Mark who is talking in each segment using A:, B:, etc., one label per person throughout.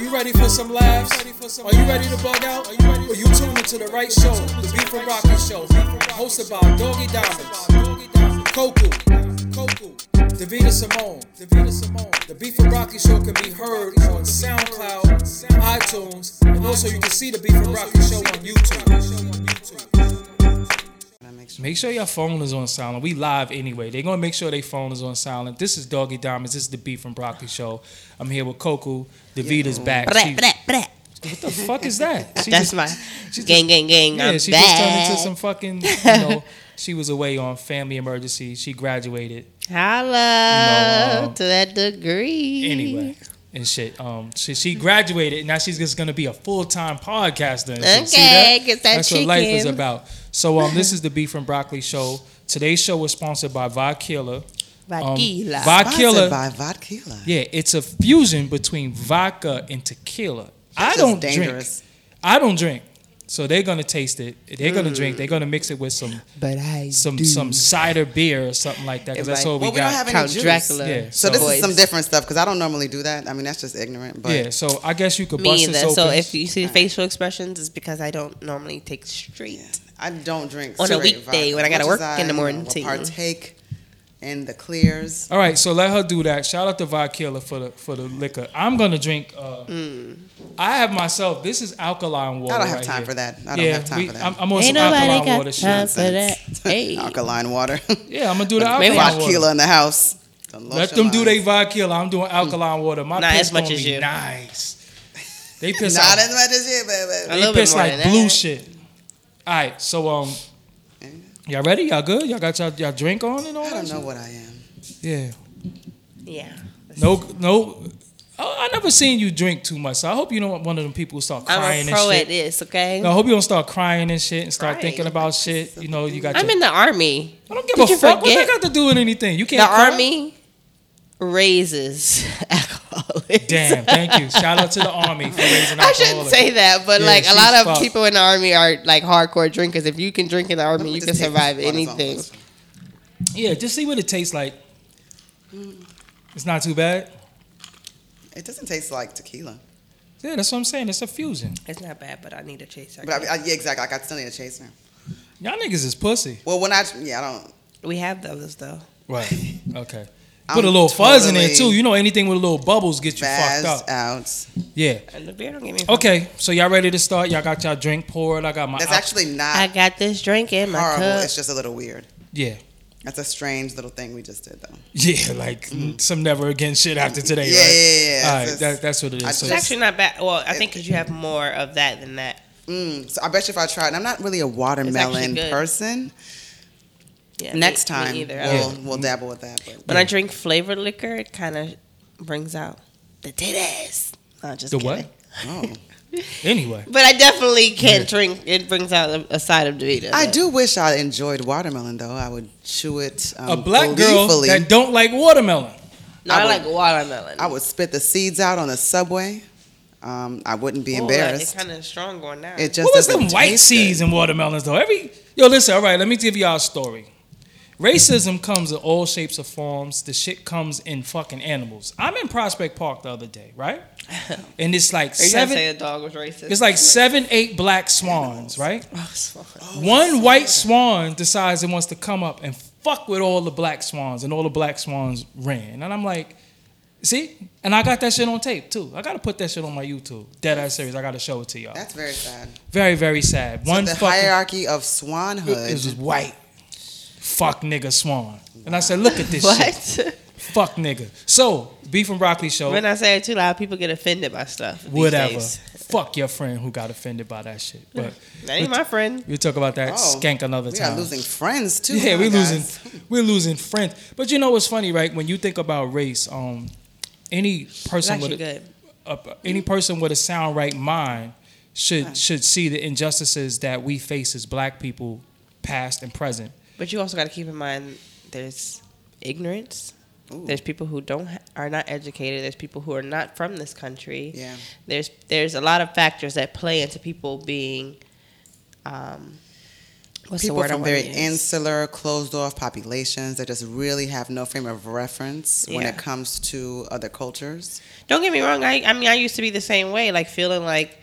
A: you ready for some laughs? Are you ready to bug out? Well, you tuned into the right show, the Beef and Rocky Show, hosted by Doggy Diamonds, Coco, Coco, Davita Simone. The Beef and Rocky Show can be heard on SoundCloud, iTunes, and also you can see the Beef and Rocky Show on YouTube. Make sure your phone is on silent. We live anyway. They're gonna make sure their phone is on silent. This is Doggy Diamonds. This is the Beef and Broccoli Show. I'm here with Coco. Davita's back. She-
B: Brat, brat, brat.
A: what the fuck is that? She
B: That's
A: just-
B: my
A: she
B: gang, gang, gang.
A: Yeah,
B: I'm
A: she
B: back.
A: just turned into some fucking. You know, she was away on family emergency. She graduated
B: Holla
A: No, um,
B: to that degree.
A: anyway and shit. Um, she, she graduated and now she's just gonna be a full time podcaster. And shit. See
B: Okay,
A: that?
B: get that
A: That's what life is
B: chicken.
A: about. So um, this is the Beef and Broccoli Show. Today's show was sponsored by Vi Killer. Um,
B: Vakila.
A: Vi Killer-
C: Sponsored by Vodkilla.
A: Yeah, it's a fusion between vodka and tequila. I
C: is
A: don't
C: dangerous.
A: drink. I don't drink. So they're gonna taste it. They're gonna drink. They're gonna mix it with some
B: but I
A: some
B: do.
A: some cider beer or something like that. Because that's
B: Right.
A: all we
C: Well, we
A: got.
C: don't have any
B: Count
C: juice.
B: Dracula.
A: Yeah,
C: So, this
B: Voice.
C: is some different stuff because I don't normally do that. I mean, that's just ignorant. But
A: yeah, so I guess you could
B: Me
A: bust
B: either.
A: this open.
B: So if you see facial expressions, it's because I don't normally take straight.
C: I don't drink
B: On a
C: straight
B: weekday
C: vodka,
B: when I gotta
C: much
B: work
C: as
B: in the
C: I, you
B: morning
C: know,
B: too.
C: Partake in the clears.
A: all right, so let her do that. Shout out to Vodkilla for the for the liquor. I'm gonna drink. Uh,
B: Mm.
A: I have myself. This is alkaline water.
C: I don't have
A: right
C: time
A: here.
C: for that. I don't
A: yeah,
C: have time
A: we-
C: for that.
A: I'm, I'm on some alkaline water shit.
B: for that. Hey.
C: Alkaline water.
A: Yeah, I'm gonna do the alkaline
B: Maybe
A: water.
C: Vodkilla in the house. Don't lotion
A: Let them do
C: mine.
A: their vodka. I'm
C: Hmm.
A: doing alkaline water. My
B: Not
A: piss
B: as much
A: gonna
B: as
A: be
B: you.
A: Nice. They piss
C: Not
A: out.
C: as much as you, baby.
B: A
A: They
B: little bit
A: piss
B: more
A: like
B: than
A: blue
B: that.
A: shit. All right, so um, y'all ready? Y'all good? Y'all got y'all, y'all drink on and all
C: I
A: that?
C: don't know
A: shit?
C: what I am.
A: Yeah.
B: Yeah.
A: No, no. Oh, I, I never seen you drink too much. So I hope you don't one of them people who start crying
B: I'm a pro
A: and
B: at
A: shit.
B: this, okay?
A: No, I hope you don't start crying and shit and start
B: Crying.
A: thinking about shit. You know, you got.
B: I'm
A: your,
B: in the army.
A: I don't give
B: Did
A: a
B: you
A: fuck. What
B: forget?
A: they got to do with anything? You can't.
B: The
A: cry?
B: army raises alcoholics.
A: Damn. Thank you. Shout out to the army for raising
B: I shouldn't
A: alcoholics.
B: say that, but
A: Yeah,
B: like a
A: she's
B: lot of
A: fucked.
B: people in the army are like hardcore drinkers. If you can drink in the army, you
C: Just
B: can
C: take
B: survive
C: this one as well.
B: anything.
A: Yeah, just see what it tastes like. It's not too bad.
C: It doesn't taste like tequila.
A: Yeah, that's what I'm saying. It's a fusion.
B: It's not bad, but I need a chaser.
C: But I, I, yeah, exactly. Like I still need a chaser.
A: Y'all niggas is pussy.
C: Well, when I yeah, I don't.
B: we have those though.
A: Right. Okay.
C: I'm
A: Put a little fuzz in there
C: totally
A: too. You know anything with a little bubbles get you
C: Fast
A: fucked up.
C: out.
A: Yeah.
B: And the beer don't get me.
A: Okay. So y'all ready to start? Y'all got y'all drink poured. I got my.
C: That's
A: al-
C: actually not
B: I got this drink in my
C: horrible.
B: cup.
C: It's just a little weird.
A: yeah.
C: That's a strange little thing we just did, though.
A: Yeah, like
B: Mm.
A: some never again shit after today,
C: Yeah, yeah,
A: right?
C: yeah, yeah.
A: All right,
C: It's just-
A: that, that's what it
C: I
A: is. So,
B: It's actually not bad. Well, I think because you have more of that than that.
C: Mm, so I bet you if I tried, and I'm not really a watermelon
B: good.
C: person.
B: Yeah,
C: Next
B: me- me
C: time,
B: either. Mm-hmm. I
C: we'll,
B: don't-
C: we'll dabble with that. But
B: When I drink flavored liquor, it kind of brings out the titties. No, just
A: the
B: kidding.
A: what?
C: oh.
A: Anyway,
B: But I definitely can't drink. It brings out a, a side of Davita.
C: I
B: but-
C: do wish I enjoyed watermelon, though. I would chew it. Um,
A: a black girl
C: gleefully.
A: that don't like watermelon.
B: No,
C: I
B: I,
C: would-
B: like watermelon.
C: I would spit the seeds out on the subway. Um, I wouldn't be
B: Oh, like, It's
C: embarrassed.
B: kind of strong going now.
C: it just
A: What was
C: doesn't
A: them white
C: taste
A: seeds and watermelons though? Every yo, listen. All right, let me give y'all a story. Racism comes in all shapes or forms. The shit comes in fucking animals. I'm in Prospect Park the other day, right? And it's like
B: Are you trying to
A: seven.
B: say the dog was racist?
A: It's like seven, eight black swans, right?
B: Oh, it's fine.
A: One white swan decides it wants to come up and fuck with all the black swans, and all the black swans ran. And I'm like, see? And I got that shit on tape too. I gotta put that shit on my YouTube. Dead Eye Series. I gotta show it to y'all.
C: Good. That's very sad.
A: Very, very sad. One
C: One the
A: fucking
C: hierarchy of
A: is
C: swanhood.
A: just white. Fuck nigga swan. And I said, look at this shit.
B: What?
A: Fuck nigga. So, Beef and Broccoli Show,
B: when I say it too loud, people get offended by stuff. these
A: whatever.
B: days.
A: Fuck your friend who got offended by that shit. But
B: That ain't my friend.
A: we'll talk about that
C: Oh,
A: skank another
C: We
A: time.
C: are losing friends too.
A: yeah,
C: huh,
A: we're
C: guys?
A: losing we're losing friends. But you know what's funny, right? When you think about race, um, any
B: It's
A: person
B: actually
A: with a,
B: good.
A: a- any person with a sound right mind should should see the injustices that we face as black people, past and present.
B: But you also got to keep in mind there's ignorance.
C: Ooh.
B: There's people who don't ha- are not educated. There's people who are not from this country.
C: Yeah.
B: There's there's a lot of factors that play into people being um, What's the
C: people
B: word
C: from
B: I
C: very
B: want to use?
C: insular, closed off populations that just really have no frame of reference when
B: Yeah.
C: it comes to other cultures.
B: Don't get me wrong. I, I mean, I used to be the same way, like feeling like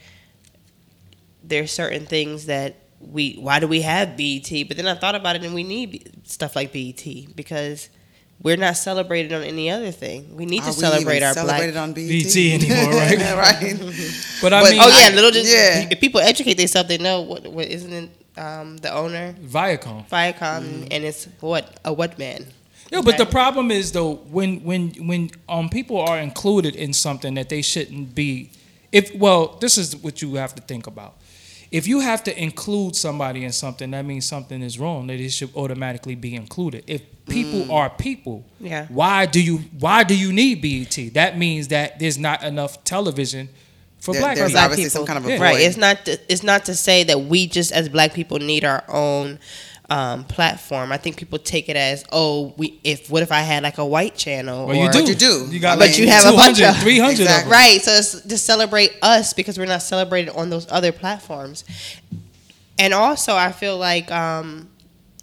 B: there's certain things that we, why do we have BET? But then I thought about it and we need B- stuff like BET because we're not celebrated on any other thing. We need to
C: Are we
B: celebrate
C: even
B: our
C: celebrated
B: black.
C: on BET?
A: BT E anymore, right?
C: right.
A: But I
C: But-
A: mean,
B: Oh yeah, little just
C: Yeah.
B: if people educate themselves, they know what, what isn't it um, the owner
A: Viacom.
B: Viacom
C: Mm-hmm.
B: and it's what a what man.
A: Yeah, but the
B: Right.
A: problem is though when when when um people are included in something that they shouldn't be. If well, this is what you have to think about. If you have to include somebody in something, that means something is wrong. That it should automatically be included. If people are people,
B: Mm. Yeah.
A: why do you why do you need BET? That means that there's not enough television for
C: There-
A: black
C: there's
A: people.
B: Black
C: obviously some kind of a
A: Yeah.
C: void.
B: Right. It's not. To, it's not to say that we just as black people need our own um, platform. I think people take it as oh, we if what if I had like a white channel?
A: Well, you
B: or-
A: do.
C: you do.
A: got
B: But
A: like
B: you have a bunch
A: 200,
B: of-
A: 300 of them.
C: Exactly.
B: Right. So it's to celebrate us because we're not celebrated on those other platforms. And also, I feel like, um,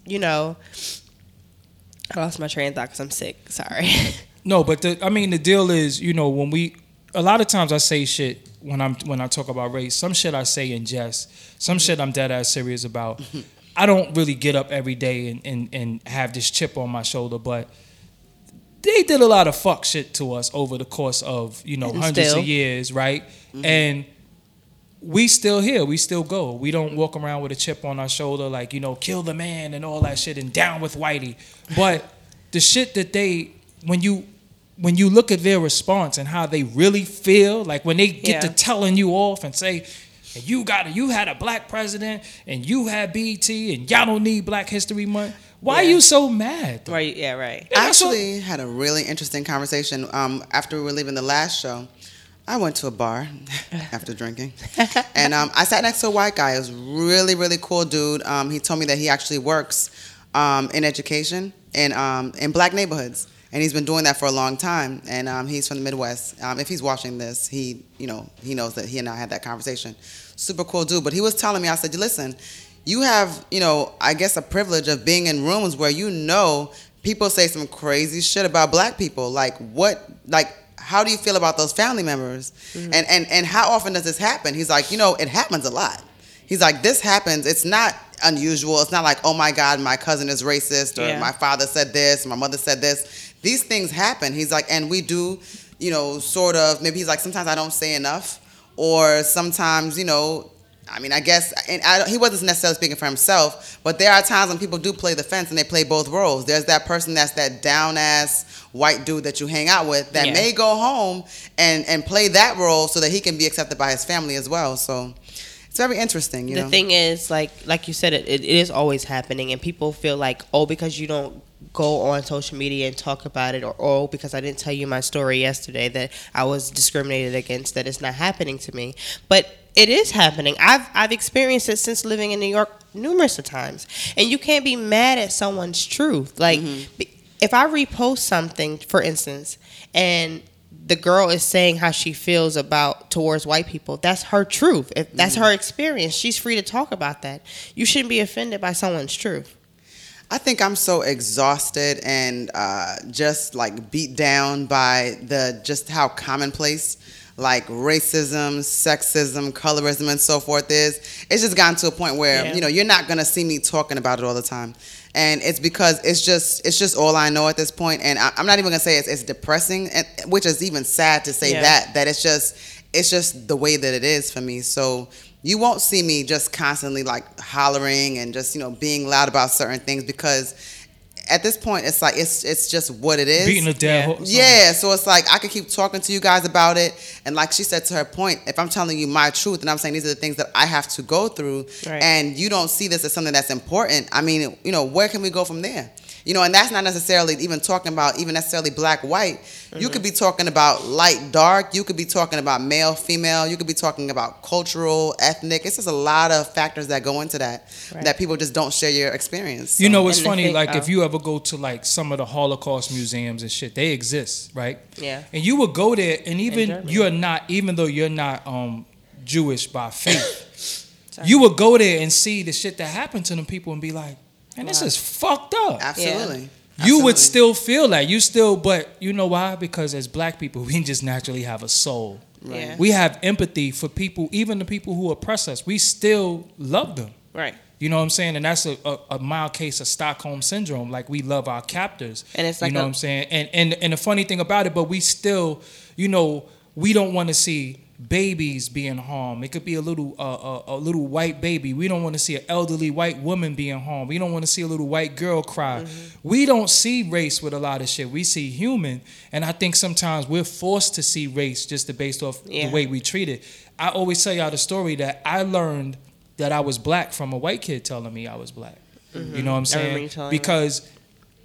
B: you know, I lost my train of thought because I'm sick. Sorry.
A: No, but the, I mean the deal is, you know, when we a lot of times I say shit when I'm when I talk about race. Some shit I say in jest.
B: Mm-hmm.
A: Some shit I'm dead ass serious about. I don't really get up every day and, and, and have this chip on my shoulder, but they did a lot of fuck shit to us over the course of, you know,
B: And
A: hundreds
B: still. Mm-hmm.
A: of years, right? And we still here. We still go. We don't walk around with a chip on our shoulder, like you know, kill the man and all that shit, and down with Whitey. But the shit that they, when you, when you look at their response and how they really feel, like when they get to
B: Yeah.
A: telling you off and say, you got, a, you had a black president, and you had BET, and y'all don't need Black History Month. Why
B: Yeah.
A: are you so mad? though?
B: right. Yeah. Right.
A: Yeah, that's what-
C: actually had a really interesting conversation um, after we were leaving the last show. I went to a bar after drinking, and um, I sat next to a white guy. It was really, really cool dude. Um, he told me that he actually works um, in education in um, in black neighborhoods, and he's been doing that for a long time. And um, he's from the Midwest. Um, if he's watching this, he you know he knows that he and I had that conversation. Super cool dude. But he was telling me, I said, listen, you have you know I guess a privilege of being in rooms where you know people say some crazy shit about black people. Like what? Like how do you feel about those family members? And and and how often does this happen? He's like, you know, it happens a lot. He's like, this happens. It's not unusual. It's not like, oh my God, my cousin is racist, or
B: Yeah.
C: my father said this, my mother said this. These things happen. He's like, and we do, you know, sort of. Maybe he's like, sometimes I don't say enough, or sometimes, you know. I mean, I guess, and I, don't- he wasn't necessarily speaking for himself, but there are times when people do play the fence and they play both roles. There's that person that's that down ass white dude that you hang out with that
B: Yeah.
C: may go home and and play that role so that he can be accepted by his family as well. So it's very interesting, you
B: the
C: know.
B: thing is like like you said it, it, it is always happening and people feel like oh because you don't go on social media and talk about it or oh because i didn't tell you my story yesterday that i was discriminated against that it's not happening to me but it is happening i've i've experienced it since living in new york numerous of times and you can't be mad at someone's truth like
C: Mm-hmm.
B: be- if i repost something for instance and the girl is saying how she feels about towards white people. That's her truth. If that's
A: Mm.
B: her experience, she's free to talk about that. You shouldn't be offended by someone's truth.
C: I think I'm so exhausted and uh, just like beat down by the just how commonplace like racism, sexism, colorism, and so forth is. It's just gotten to a point where
B: Yeah.
C: you know you're not gonna see me talking about it all the time, and it's because it's just it's just all I know at this point, and I, I'm not even gonna say it's, it's depressing, and, which is even sad to say
B: Yeah.
C: that that it's just it's just the way that it is for me. So you won't see me just constantly like hollering and just you know being loud about certain things because at this point it's like it's it's just what it is.
A: beating a dead
B: Yeah.
A: horse.
C: yeah, so it's like I could keep talking to you guys about it, and like she said to her point, if I'm telling you my truth and I'm saying these are the things that I have to go through,
B: Right.
C: and you don't see this as something that's important, I mean, you know, where can we go from there? You know, and that's not necessarily even talking about even necessarily black, white. You could be
A: Mm-hmm.
C: talking about light, dark. You could be talking about male, female. You could be talking about cultural, ethnic. It's just a lot of factors that go into that
B: Right.
C: that people just don't share your experience.
A: You know,
B: So-
A: it's
B: And the
A: funny.
B: thing-
A: like
B: oh.
A: if you ever go to like some of the Holocaust museums and shit, they exist, right?
B: Yeah.
A: And you would go there, and
B: In
A: even
B: Germany.
A: you're not, even though you're not um, Jewish by faith,
B: Sorry.
A: you would go there and see the shit that happened to them people and be like, man, this
C: Wow.
A: is fucked up.
C: Absolutely.
A: You would
C: Absolutely.
A: still feel that. You still, but you know why? Because as black people, we just naturally have a soul.
C: Right.
B: Yeah.
A: We have empathy for people, even the people who oppress us. We still love them.
B: Right.
A: You know what I'm saying? And that's a, a, a mild case of Stockholm syndrome. Like we love our captors.
B: And it's like
A: you know
B: a-
A: what I'm saying? And and and the funny thing about it, but we still, you know, we don't want to see babies being harmed. It could be a little uh, a, a little white baby. We don't want to see an elderly white woman being harmed. We don't want to see a little white girl cry.
B: Mm-hmm.
A: We don't see race with a lot of shit. We see human, and I think sometimes we're forced to see race just to based off
B: Yeah.
A: the way we treat it. I always tell y'all the story that I learned that I was black from a white kid telling me I was black. You know what I'm
B: Mm-hmm. remember you
A: saying?
B: telling me.
A: Because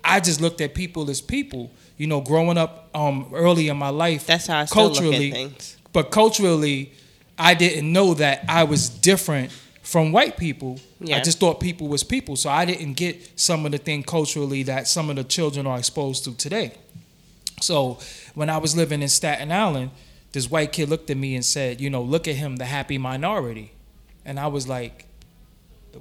A: I just looked at people as people. You know, growing up um, early in my life,
B: That's how I still look at things.
A: but culturally, I didn't know that I was different from white people.
B: Yeah.
A: I just thought people was people, so I didn't get some of the thing culturally that some of the children are exposed to today. So when I was living in Staten Island, this white kid looked at me and said, "You know, look at him, the happy minority," and I was like.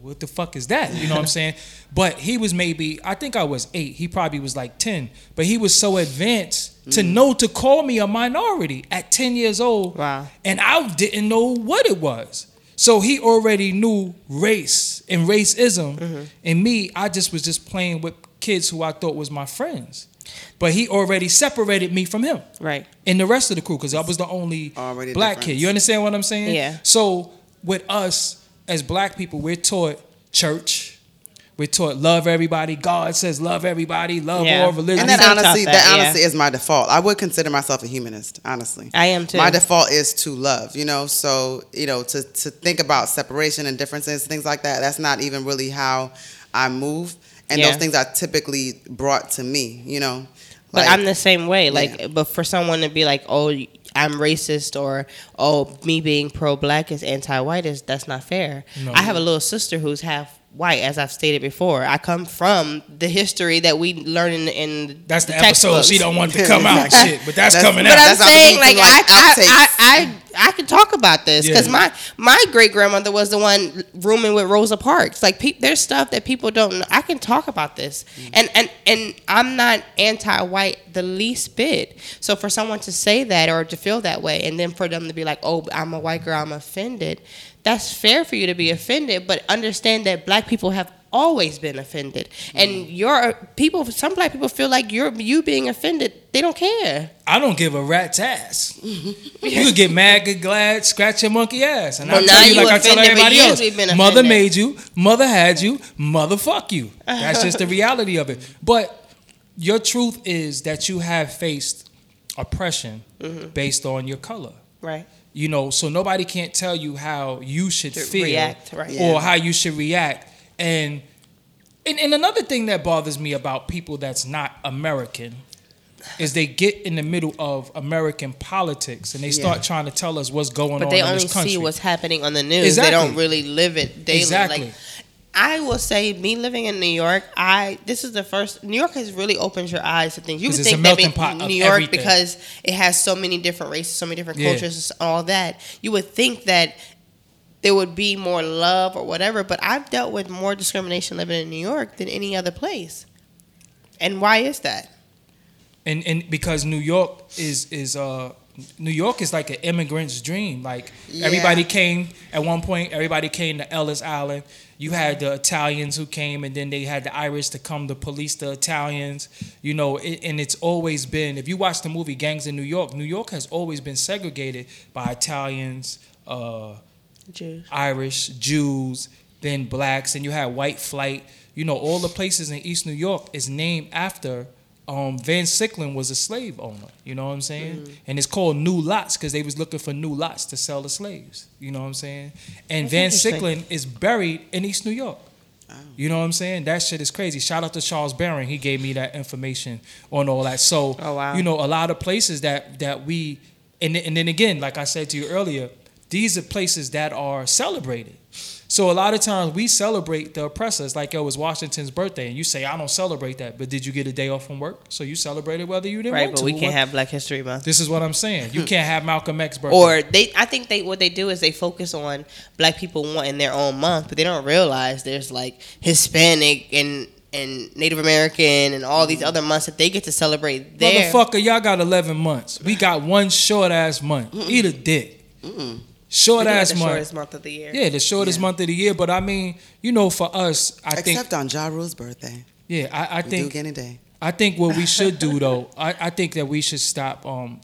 A: What the fuck is that? You know what I'm saying? But he was maybe, I think I was eight. He probably was like 10. But he was so advanced to know to call me a minority at 10 years old.
B: Wow.
A: And I didn't know what it was. So he already knew race and racism. And me, I just was just playing with kids who I thought was my friends. But he already separated me from him
B: Right.
A: and the rest of the crew because I was the only
C: Already
A: black
C: difference.
A: kid. You understand what I'm saying?
B: Yeah.
A: So with us as black people, we're taught church. We're taught love everybody. God says love everybody. Love
B: Yeah.
A: all religions.
B: I'm
C: And that
B: still taught
C: honestly,
B: that,
C: that,
B: yeah.
C: honestly is my default. I would consider myself a humanist, honestly.
B: I am too.
C: My default is to love, you know. So you know, to to think about separation and differences, things like that. That's not even really how I move, and
B: Yeah.
C: those things are typically brought to me, you know.
B: But I'm the same way. Like,
C: Yeah.
B: but for someone to be like, oh, I'm racist, or oh, me being pro-black is anti-white is that's not fair.
A: No.
B: I have a little sister who's half white, as I've stated before. I come from the history that we learn in, in
A: That's the, episode
B: textbooks.
A: she don't want to come out. shit, but that's,
C: That's-
A: coming
B: But
A: out.
B: I'm
C: That's how we
B: saying,
C: do
B: like,
C: some,
B: I,
C: like,
B: I, I, I, I can talk about this because
A: Yeah.
B: my my great grandmother was the one rooming with Rosa Parks. Like, pe- there's stuff that people don't. know. I can talk about this, and and and I'm not anti-white the least bit. So for someone to say that or to feel that way, and then for them to be like, "Oh, I'm a white girl, I'm offended," that's fair for you to be offended, but understand that black people have always been offended, and your people, some black people feel like you're you being offended, they don't care.
A: I don't give a rat's ass. you could get mad, get glad, scratch your monkey ass, and
B: Well,
A: I
B: now
A: tell you
B: you
A: like I tell
B: offended, but
A: everybody
B: years
A: else.
B: we've been
A: Mother
B: offended.
A: made you, mother had you, mother fuck you. That's just the reality of it. But your truth is that you have faced oppression
B: Mm-hmm.
A: based on your color.
B: Right.
A: You know, so nobody can't tell you how you should
B: To
A: feel
B: react, right.
C: Yeah.
A: or how you should react. And, and and another thing that bothers me about people that's not American is they get in the middle of American politics and they start
C: Yeah.
A: trying to tell us what's going on
B: But they
A: in
B: only
A: this country.
B: see what's happening on the news. They
A: Exactly.
B: don't really live it daily.
A: Exactly.
B: Like, I will say, me living in New York, I this is the first. New York has really opened your eyes to things. You
A: 'Cause
B: would
A: it's a
B: think that
A: melting
B: be-
A: pot of
B: New York,
A: everything.
B: because it has so many different races, so many different
A: Yeah.
B: cultures, and all that. You would think that there would be more love or whatever. But I've dealt with more discrimination living in New York than any other place. And why is that?
A: and and because New York is is uh New York is like an immigrant's dream. Like
C: Yeah.
A: everybody came at one point. Everybody came to Ellis Island. You had the Italians who came, and then they had the Irish to come to police the Italians. You know, it, and it's always been. If you watch the movie Gangs in New York, New York has always been segregated by Italians. Uh,
B: Jews.
A: Irish, Jews, then blacks, and you had white flight. You know, all the places in East New York is named after um, Van Sicklin was a slave owner. You know what I'm saying?
B: Mm-hmm.
A: And it's called New Lots because they was looking for new lots to sell the slaves. You know what I'm saying? And
B: That's Oh.
A: Van Sicklin is buried in East New York. You know what I'm saying? That shit is crazy. Shout out to Charles Barron. He gave me that information on all that. So,
B: Oh, wow.
A: you know, a lot of places that that we and then- and then again, like I said to you earlier, these are places that are celebrated. So a lot of times we celebrate the oppressors, like yo, it was Washington's birthday, and you say I don't celebrate that, but did you get a day off from work? So you celebrated whether you didn't
B: Right,
A: want
B: but
A: to.
B: we
A: or
B: can't
A: what-
B: have Black History Month.
A: This is what I'm saying.
C: Hmm.
A: You can't have Malcolm X birthday.
B: Or they, I think they what they do is they focus on Black people wanting their own month, but they don't realize there's like Hispanic and and Native American and all
A: Mm-hmm.
B: these other months that they get to celebrate. Their
A: Motherfucker, y'all got 11 months. We got one short ass month. Eat a dick. Short
B: We got
A: ass
B: the
A: month.
B: shortest month of the year.
A: Yeah, the shortest
C: Yeah.
A: month of the year. But I mean, you know, for us, I think,
C: Except on Ja Rule's birthday.
A: yeah, I, I
C: We
A: think
C: do any day.
A: I think what we should do though, I, I think that we should stop um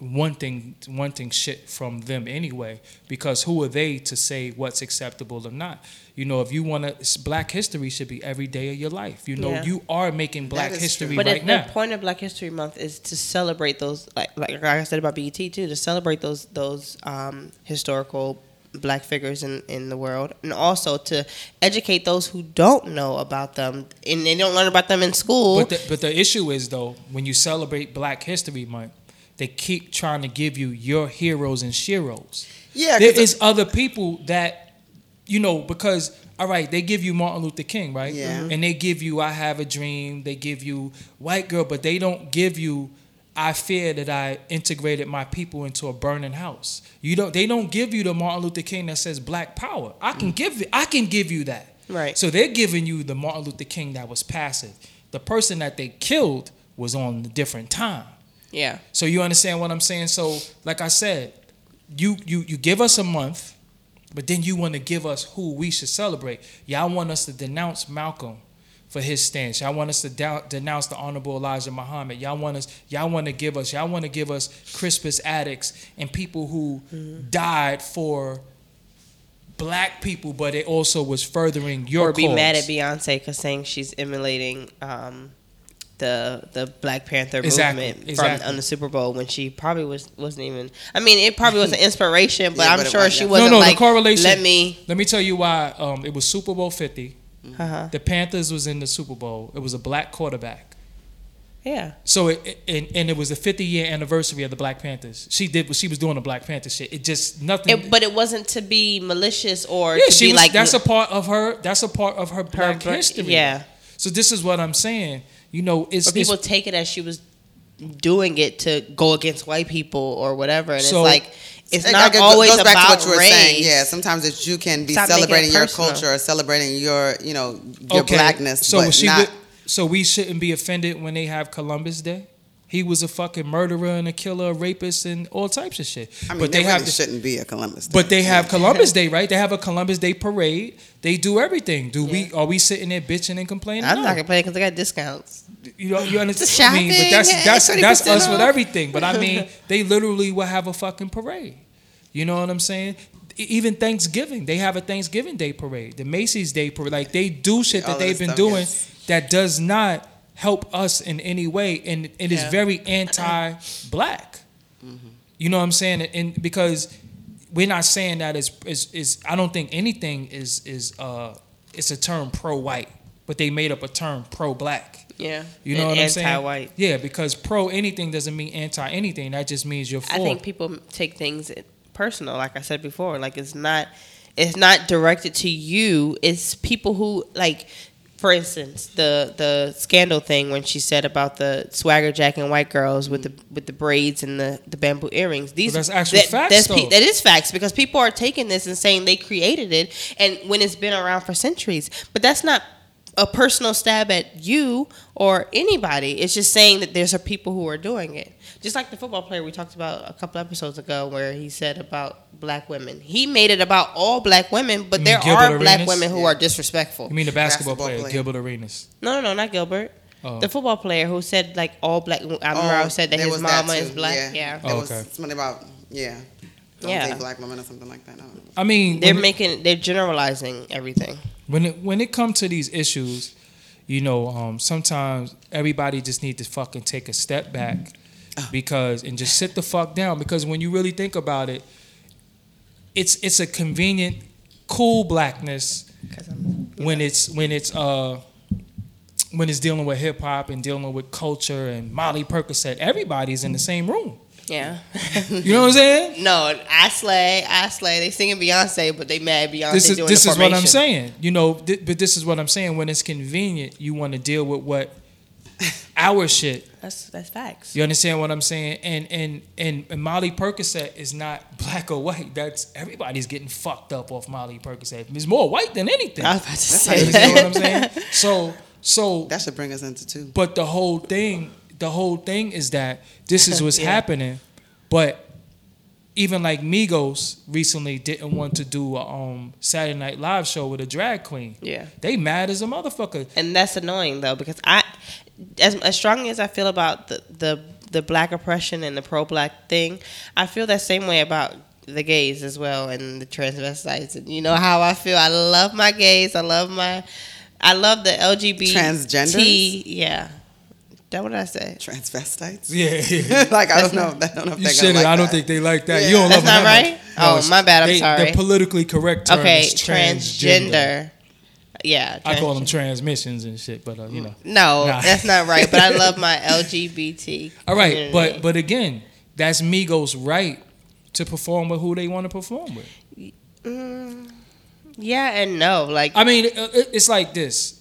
A: wanting wanting shit from them anyway, because who are they to say what's acceptable or not? You know, if you want to, Black History should be every day of your life. You know,
B: Yeah.
A: you are making Black
C: is
A: History
C: true.
B: But
A: right
B: it's
A: now.
B: the point of Black History Month is to celebrate those, like like I said about BET too, to celebrate those those um, historical Black figures in, in the world, and also to educate those who don't know about them and they don't learn about them in school.
A: But the, but the issue is though, when you celebrate Black History Month, they keep trying to give you your heroes and sheroes.
C: Yeah,
A: there
C: 'cause
A: is other people that you know because all right, they give you Martin Luther King, right?
C: Yeah. Mhm.
A: And they give you I Have a Dream. They give you White Girl, but they don't give you. I fear that I integrated my people into a burning house. You don't. They don't give you the Martin Luther King that says Black Power. I can
C: Mm.
A: give it. I can give you that.
B: Right.
A: So they're giving you the Martin Luther King that was passive. The person that they killed was on a different time.
B: yeah,
A: So you understand what I'm saying? So like I said, you you you give us a month, but then you want to give us who we should celebrate. Y'all want us to denounce Malcolm for his stance. Y'all want us to dou- denounce the honorable Elijah Muhammad. Y'all want us y'all want to give us y'all want to give us Crispus addicts and people who died for black people, but it also was furthering your
B: or be
A: cause.
B: mad at Beyonce because saying she's emulating um, the the Black Panther
A: Exactly,
B: movement
A: exactly.
B: from on the Super Bowl when she probably was wasn't even. I mean, it probably was an inspiration, but
C: Yeah,
B: I'm
C: but it
B: sure
C: wasn't.
B: she
C: No,
B: wasn't
A: no, the
B: like.
A: correlation-
B: Let me.
A: Let me tell you why um, it was Super Bowl 50.
C: Mm-hmm.
B: Uh-huh.
A: The Panthers was in the Super Bowl. It was a black quarterback.
B: Yeah.
A: So it, it- and, and it was the 50 year anniversary of the Black Panthers. She did what she was doing the Black Panther shit. It just nothing.
B: It, but it wasn't to be malicious or
A: yeah,
B: to
A: she
B: be
A: was,
B: like
A: that's a part of her. That's a part of her Black
B: br-
A: history.
B: yeah.
A: So this is what I'm saying. You know, it's,
B: But people
A: it's
B: take it as she was doing it to go against white people or whatever, and
A: So-
B: it's like it's
C: It-
B: not
C: it go-
B: always
C: goes
B: about
C: back to what you were
B: race.
C: saying. Yeah, sometimes it's you can be
B: Stop making it
C: celebrating your
B: personal.
C: culture or celebrating your, you know, your
A: okay,
C: blackness,
A: So
C: but
A: she
C: not.
A: would- so we shouldn't be offended when they have Columbus Day. He was a fucking murderer and a killer, a rapist, and all types of shit.
C: I mean,
A: but
C: they
A: they have
C: really
A: to
C: shouldn't be a Columbus. Day.
A: But they have Columbus Day, right? They have a Columbus Day parade. They do everything. Do we? Are we sitting there bitching and complaining?
B: I'm
A: No.
B: not complaining because I got discounts.
A: You know, you understand?
B: Just shopping,
A: I mean, but that's
B: hey,
A: that's that's
B: 20%
A: us with
B: off.
A: everything. But I mean, they literally will have a fucking parade. You know what I'm saying? E- Even Thanksgiving, they have a Thanksgiving Day parade, the Macy's Day parade. Like they do shit
C: All
A: that
C: of
A: they've
C: this
A: been
C: stuff,
A: doing
C: yes.
A: that does not help us in any way, and it is
B: Yeah.
A: very anti-black.
C: Mm-hmm.
A: You know what I'm saying? And because we're not saying that is is is I don't think anything is is uh it's a term pro-white, but they made up a term pro-black.
B: Yeah,
A: You know what I'm saying?
B: Anti-white.
A: Yeah, because pro anything doesn't mean anti anything. That just means you're for.
B: I think people take things personal, like I said before. Like it's not, it's not directed to you. It's people who like, for instance, the the scandal thing when she said about the swagger jack and white girls with the with the braids and the, the bamboo earrings. These
A: that's actual facts,
B: that's
A: though.
B: that is facts because people are taking this and saying they created it, and when it's been around for centuries. But that's not a personal stab at you or anybody. It's just saying that there's a people who are doing it. Just like the football player we talked about a couple episodes ago, where he said about black women. He made it about all black women, but
A: You mean
B: there
A: Mm, Gilbert
B: are black
A: Arenas?
B: women who
C: Yeah.
B: are disrespectful.
A: you mean the basketball,
C: Basketball
A: player,
C: player.
A: Gilbert Arenas?
B: No, no, no, not Gilbert.
A: Oh.
B: The football player who said like all black. I remember I said that
C: Oh, there
B: his
C: was that
B: mama
C: too,
B: is black. Yeah,
A: Oh,
C: There was
A: okay.
C: something about yeah, don't
B: Yeah.
C: date black women or something like that. Oh, No.
A: I mean,
B: they're
A: when,
B: making they're generalizing everything.
A: when it when it comes to these issues, you know, um, sometimes everybody just need to fucking take a step back
B: Oh.
A: because and just sit the fuck down because when you really think about it, it's it's a convenient cool blackness
B: Cause I'm,
A: when it's when it's uh when it's dealing with hip hop and dealing with culture and Molly Percocet, everybody's in the same room.
B: Yeah.
A: You know what I'm saying?
B: no, I slay, I slay. They singing Beyonce, but they mad Beyonce
A: This is
B: doing
A: this
B: the
A: is what I'm
B: formation.
A: saying. You know, th- but this is what I'm saying. When it's convenient, you want to deal with what our shit.
B: That's that's facts.
A: You understand what I'm saying? And and and, and Molly Percocet is not black or white. That's everybody's getting fucked up off Molly Percocet. It's more white than anything.
B: I was about to
C: how
B: say
A: You understand what
B: that.
A: I'm saying? So so
C: That should bring us into two.
A: But the whole thing, the whole thing is that this is what's
B: Yeah.
A: happening. But even like Migos recently didn't want to do a um, Saturday Night Live show with a drag queen.
B: Yeah.
A: They mad as a motherfucker.
B: and that's annoying though because I, as as strong as I feel about the the the black oppression and the pro black thing, I feel that same way about the gays as well and the transvestites. And you know how I feel. I love my gays. I love my, I love the LGBT
C: Transgenders?
B: Yeah, that what I say.
C: Transvestites?
A: Yeah.
C: like I don't know. I don't know if
A: You
C: they're
A: said it.
C: gonna like
A: I don't
C: that.
A: think they like that.
C: Yeah.
A: You don't
B: That's
A: love them
B: not
A: that
B: right?
A: much.
B: Oh,
A: it's-
B: my bad. I'm
A: they-
B: sorry.
A: The politically correct term
B: okay,
A: is
B: transgender. Yeah,
A: I call them
B: transgen-
A: transmissions and shit, but uh, you
B: Mm.
A: know.
B: No,
A: Nah.
B: that's not right. But I love my LGBT.
A: All right,
B: community.
A: but but again, that's Migos' right to perform with who they want to perform with.
B: Mm, yeah and no. Like
A: I mean, it- it- it's like this.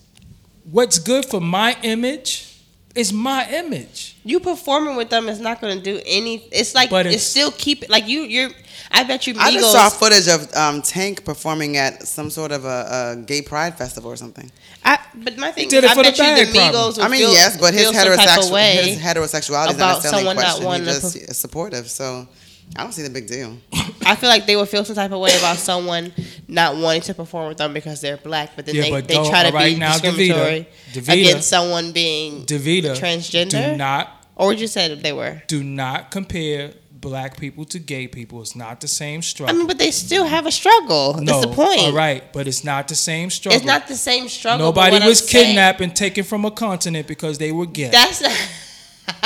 A: What's good for my image is my image.
B: you performing with them is not going to do any. It's like
A: But
B: it's,
A: it's-
B: still keep it like you. You're. I bet you
C: I just saw
B: Migos.
C: footage of um, Tank performing at some sort of a, a gay pride festival or something.
B: I, but my thing
A: did it
B: is, I
A: for the
B: bet you
A: bag
B: the
A: problem.
B: Migos. Would
C: I mean,
B: feel,
C: yes, but his
B: feel some type of
C: heterosexual
B: way.
C: his heterosexuality is
B: about
C: not necessarily
B: someone not
C: questioned.
B: wanting
C: he
B: to
C: just
B: perf-
C: is supportive, so I don't see the big deal.
B: I feel like they would feel some type of way about someone not wanting to perform with them because they're black, but then
A: Yeah,
B: they,
A: but
B: they
A: don't-
B: try to
A: all right,
B: be
A: now,
B: discriminatory
A: Davida, Davida-
B: against someone being
A: Davida,
B: transgender.
A: Do not
B: or would you say that they were?
A: do not compare black people to gay people. It's not the same
B: I
A: struggle.
B: mean, but they still have a struggle.
A: no,
B: That's the point.
A: All right, but it's not the same struggle.
B: It's not the same struggle. but
A: Nobody
B: what I'm
A: was
B: saying-
A: kidnapped and taken from a continent because they were gay.
B: That's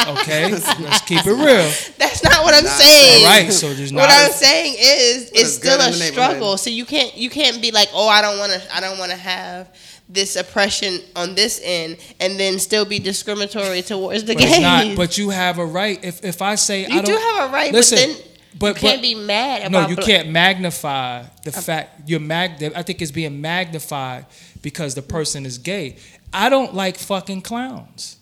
A: okay, let's keep it real.
B: that's not what I'm
C: Not-
B: saying.
A: All right, so there's not.
B: What I'm saying is, it's
C: is
B: still
C: good
B: a
C: in the neighborhood.
B: struggle. So you can't you can't be like, oh, I don't want to I don't want to have this oppression on this end, and then still be discriminatory towards the
A: but, it's
B: gays.
A: not, but you have a right. If if I say I
B: you
A: don't,
B: do have a right,
A: Listen,
B: but then
A: but-
B: you can't
A: but-
B: be mad about.
A: No, you
B: bla-
A: can't magnify the fact you're mag. I think it's being magnified because the person is gay. I don't like fucking clowns.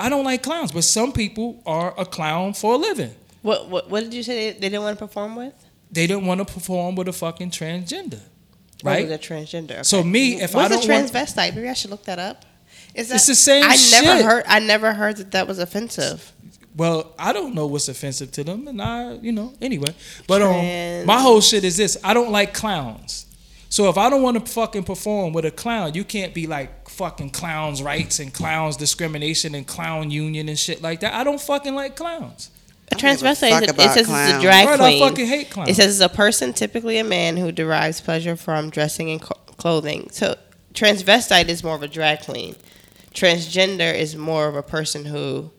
A: I don't like clowns, but some people are a clown for a living.
B: What, what what did you say they, they didn't want to perform with?
A: They don't want to perform with a fucking transgender,
B: Or
A: right?
B: with a transgender. okay.
A: So me, if I don't
B: What's a
A: want,
B: transvestite? Maybe I should look that up. Is that,
A: It's the same
B: I never
A: shit.
B: heard. I never heard that that was offensive.
A: well, I don't know what's offensive to them, and I, you know, anyway. But um,
B: Trans-
A: my whole shit is this: I don't like clowns. So if I don't want to fucking perform with a clown, you can't be like fucking clowns rights and clowns discrimination and clown union and shit like that. I don't fucking like clowns.
B: A
C: I don't give a
B: transvestite
C: fuck
B: is a, it
C: about
B: says it's a
C: clowns.
B: drag
A: Right, I
B: queen.
A: fucking hate clowns.
B: It says it's a person, typically a man, who derives pleasure from dressing and co- clothing. So transvestite is more of a drag queen. Transgender is more of a person who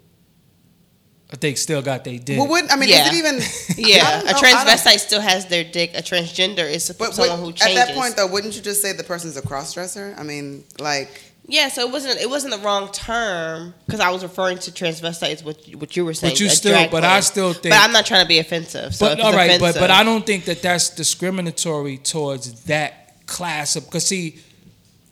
A: But they still got they dick.
C: Well, would I mean?
B: Yeah.
C: Is it even? I
B: yeah.
C: don't
B: A
C: know, I don't-
B: transvestite still has their dick. A transgender is
C: But
B: someone who
C: would, at
B: changes.
C: that point, though, wouldn't you just say the person's a cross-dresser? I mean, like
B: yeah. So it wasn't it wasn't the wrong term because I was referring to transvestite is what what you were saying.
A: you
B: a
A: still-
B: drag
A: but
B: queen.
A: I still think-
B: But I'm not trying to be offensive. So
A: but all right,
B: offensive,
A: but but I don't think that that's discriminatory towards that class of because see,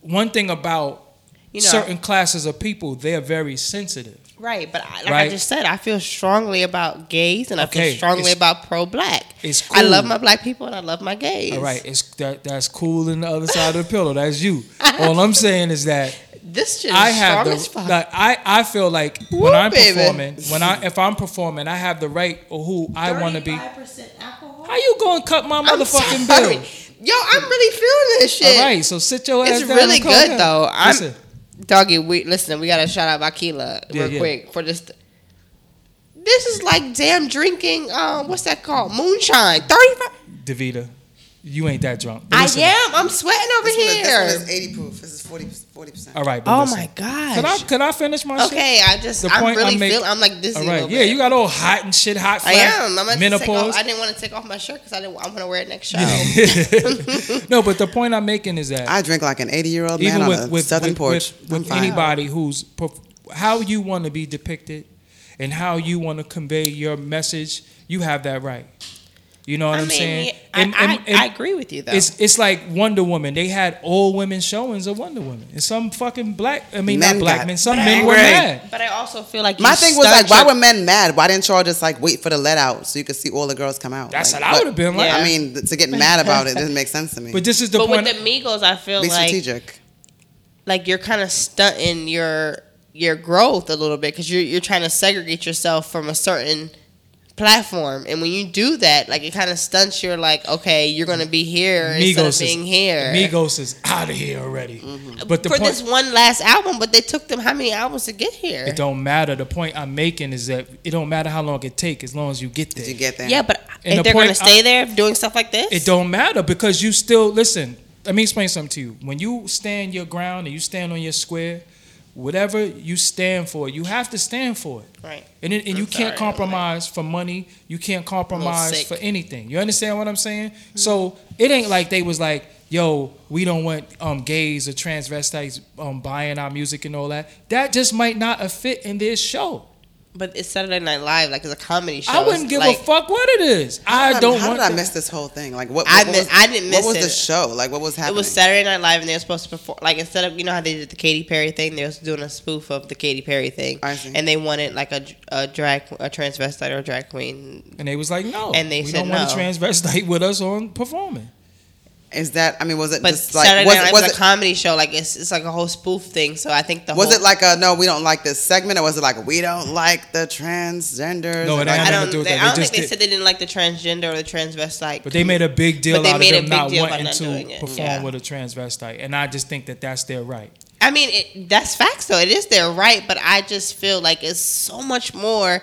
A: one thing about
B: you know,
A: certain classes of people, they're very sensitive.
B: Right, but I, like I
A: Right?
B: just said, I feel strongly about gays and I
A: Okay,
B: feel strongly
A: it's-
B: about pro black.
A: it's
B: I love
A: cool.
B: my black people and I love my gays.
A: All right, it's that that's cool in the other side of the pillow. That's you. All I'm saying is that
B: This shit is
A: I
B: strong
A: have the
B: as fuck.
A: like, I I feel like
B: Woo,
A: when I'm
B: baby.
A: performing, when I if I'm performing, I have the right or who I want to be. How
B: 35% alcohol.
A: you gonna cut my
B: I'm
A: motherfucking
B: sorry.
A: bill?
B: Yo, I'm really feeling this shit.
A: All right, so sit your ass
B: It's
A: down. and
B: really
A: calm
B: good
A: down.
B: though. I'm
A: Listen,
B: doggy. We listen. We gotta shout out Akila
A: Yeah,
B: real
A: yeah.
B: quick for this. This is like damn drinking. Um, what's that called? Moonshine. Thirty five.
A: Davita, you ain't that drunk. But
B: I
A: listen.
B: am. I'm sweating over
C: this one, this
B: here.
C: one is 80 proof. This is 40 percent.
A: All right. But
B: oh
A: listen.
B: my gosh.
A: Could I could I finish my shit?
B: Okay, I just
A: The
B: I'm
A: point
B: really
A: I'm making-
B: feel I'm like dizzy.
A: All
B: a
A: right.
B: little
A: Yeah,
B: bit.
A: you got all hot and shit, hot.
B: I
A: flash,
B: am. I'm about to take
A: menopause.
B: off. I didn't want to take off my shirt because I didn't. I'm gonna wear it next show.
A: no, but the point I'm making is that
C: I drink like an 80-year-old man
A: even
C: on
A: with
C: a
A: with,
C: southern
A: with,
C: porch.
A: with,
C: I'm
A: with
C: fine.
A: anybody who's perf- how you want to be depicted and how you want to convey your message, you have that right. You know what
B: I
A: I am
B: mean,
A: saying?
B: I-
A: And-
B: I-
A: and- and
B: I agree with you, though.
A: It's it's like Wonder Woman. They had all women showings of Wonder Woman, and some fucking black. I mean,
C: Men
A: not black
C: got
A: men. Some
C: But
A: men were
C: angry.
A: mad.
B: But I also feel like
C: My
B: you
C: thing was
B: stuck
C: like, why
B: your-
C: were men mad? Why didn't y'all just like wait for the let out so you could see all the girls come out?
A: That's
C: Like,
A: what I would have been like.
B: Yeah.
C: I mean, th- to get mad about it doesn't make sense to me.
A: But this is the
B: But
A: point.
B: with the Migos, I feel
C: Be
B: like
C: strategic.
B: like you're kind of stunting your your growth a little bit because you're you're trying to segregate yourself from a certain platform, and when you do that, like it kind of stunts your like, okay, you're gonna be here instead of being here. Mm-hmm.
A: Migos is out of here already. But the
B: for
A: point
B: this one last album, but they took them how many albums to get here?
A: it don't matter. The point I'm making is that it don't matter how long it take as long as you get there.
C: Did you get that?
B: Yeah, but
A: And
B: if
A: the
B: they're
A: point
B: gonna stay there doing stuff like this,
A: It don't matter because you still listen. Let me explain something to you. When you stand your ground and you stand on your square, whatever you stand for, you have to stand for it.
B: right?
A: And it, and
B: I'm
A: you can't
B: sorry, I'm
A: compromise for money. You can't compromise
B: sick.
A: for anything. You understand what I'm saying? So it ain't like they was like, "Yo, we don't want um, gays or transvestites um, buying our music and all that." That just might not a fit in this show.
B: But it's Saturday Night Live, like it's a comedy show.
A: I wouldn't give
B: like,
A: a fuck what it is. I
C: How
A: don't
C: How
A: want.
C: did I
A: that.
C: miss this whole thing? Like, what?
B: I
C: what
B: mi-
C: was,
B: I didn't miss
C: What was
B: it.
C: the show? Like, what was
B: It
C: happening?
B: was Saturday Night Live, and they were supposed to perform. Like instead of you know how they did the Katy Perry thing, they was doing a spoof of the Katy Perry thing,
C: I see.
B: and they wanted like a, a drag, a transvestite or a drag queen.
A: And they was like, "No,
B: And they
A: we
B: said
A: don't want a
B: no.
A: transvestite with us on performing."
C: Is that? I mean, was it
B: But
C: just like
B: Saturday
C: was
B: Night
C: it
B: Live
C: was
B: was a
C: it
B: comedy show, like it's it's like a whole spoof thing. So I think the
C: was
B: whole,
C: it like a no? We don't like this segment, or was it like we don't like the transgenders?
A: No,
C: or
A: it
C: like-
A: had nothing
B: I
A: to
B: don't
A: do with
B: they,
A: that.
B: I
A: They
B: don't
A: just
B: think they
A: did-
B: said they didn't like the transgender or the transvestite.
A: But they made a big deal
B: But they
A: out
B: made a
A: of them
B: big
A: not
B: deal about
A: wanting
B: not doing
A: to
B: it,
A: perform
B: yeah.
A: with a transvestite, and I just think that that's their right.
B: I mean, it, that's facts though. It is their right, but I just feel like it's so much more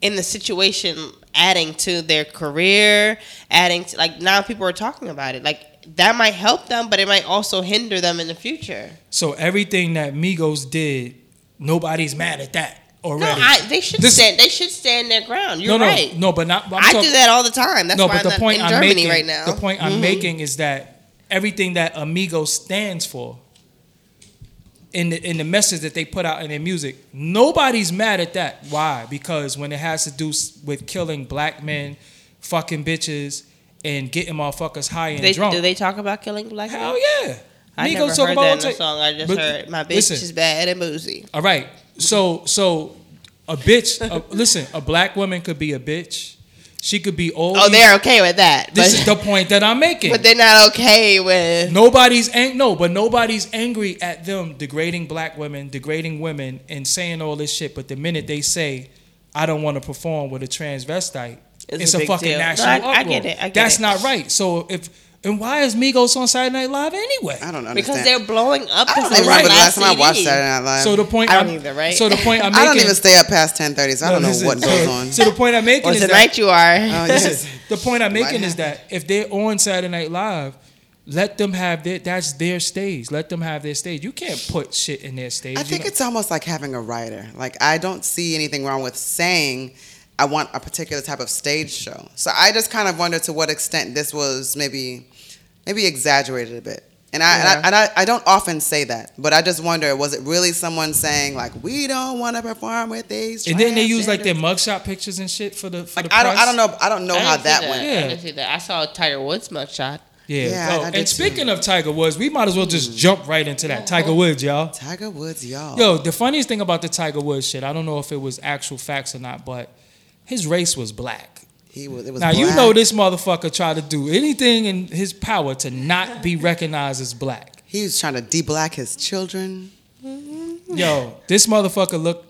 B: in the situation adding to their career, adding to like now people are talking about it. Like that might help them, but it might also hinder them in the future.
A: So everything that Migos did, nobody's mad at that
B: No,
A: already.
B: I, they should
A: This-
B: stand. They should stand their ground. You're
A: no, no,
B: right.
A: no, but not. I'm
B: I
A: talk-
B: do that all the time. That's
A: no,
B: why
A: but
B: I'm
A: the
B: not
A: point
B: in
A: I'm
B: Germany
A: making,
B: right now. Mm-hmm.
A: the point I'm making is that everything that Amigo stands for, in the in the message that they put out in their music, nobody's mad at that. Why? Because when it has to do s- with killing black men, fucking bitches, and getting motherfuckers high and
B: They,
A: drunk,
B: do they talk about killing black people?
A: hell yeah.
B: I never
A: Migos
B: heard
A: talk
B: that
A: about all
B: in the
A: type-
B: song. I just
A: But
B: heard my bitch
A: listen,
B: is bad and boozy.
A: all right. So so a bitch. a- listen, a black woman could be a bitch. She could be old.
B: Oh, they're okay with that.
A: This
B: but-
A: is the point that I'm making.
B: But they're not okay with.
A: nobody's ang- no, but nobody's angry at them degrading black women, degrading women, and saying all this shit. But the minute they say, "I don't want to perform with a transvestite,"
B: It's
A: it's,
B: a
A: a,
B: big
A: fucking
B: deal. No,
A: national
B: I-
A: uproar.
B: I get it, I get
A: That's
B: it.
A: not right. So if and why is Migos on Saturday Night Live anyway?
C: I don't understand.
B: Because they're blowing up.
C: I don't
B: because
C: even
B: of
C: remember the last
B: last
C: time I watched uh,
B: CD.
C: Saturday Night Live.
A: So the point
B: I don't
A: I'm-
B: either, right?
A: So the point I'm
C: I
A: making.
C: don't even stay up past ten thirty, so I don't know
A: listen,
C: what
A: so-
C: goes on.
A: So the point I'm making
B: Or
A: is that
B: tonight you
C: Oh,
B: are.
C: yes.
A: the point I'm
C: What
A: making is that if they're on Saturday Night Live, let them have their that's their stage. Let them have their stage. You can't put shit in their stage.
C: I
A: you
C: think
A: know?
C: it's almost like having a writer. Like I don't see anything wrong with saying I want a particular type of stage show. So I just kind of wonder to what extent this was maybe maybe exaggerated a bit. And I,
A: Yeah.
C: and I and I, I don't often say that, but I just wonder was it really someone saying like we don't want to perform with these?
A: and then they use like
C: transgender-"
A: their mugshot pictures and shit for the for the
C: Like, I don't I
A: press.
C: don't know I don't know how that, went.
A: Yeah.
B: I didn't see that. I saw Tiger Woods mugshot.
A: Yeah.
C: Yeah, I-
A: oh,
C: I did
A: and
C: too.
A: speaking of Tiger Woods, we might as well just jump right into that
C: Uh-huh.
A: Tiger Woods, y'all.
C: Tiger Woods, y'all.
A: Yo, the funniest thing about the Tiger Woods shit, I don't know if it was actual facts or not, but his race was black.
C: he was. It was
A: Now you
C: black.
A: know this motherfucker tried to do anything in his power to not be recognized as black.
C: He was trying to de-black his children.
A: Yo, this motherfucker looked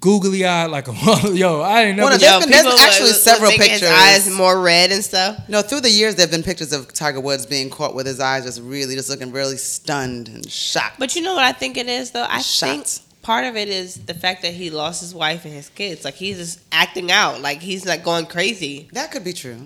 A: googly eyed like a mother. Yo, I ain't
C: One
A: never.
C: of There's been- there's
B: people
C: actually
B: was- was
C: several
B: making His
C: pictures.
B: eyes more red and stuff.
C: No, through the years, there have been pictures of Tiger Woods being caught with his eyes just really, just looking really stunned and shocked.
B: But you know what I think it is though. I
C: Shots.
B: think part of it is the fact that he lost his wife and his kids. Like he's just acting out. Like he's like going crazy.
C: that could be true.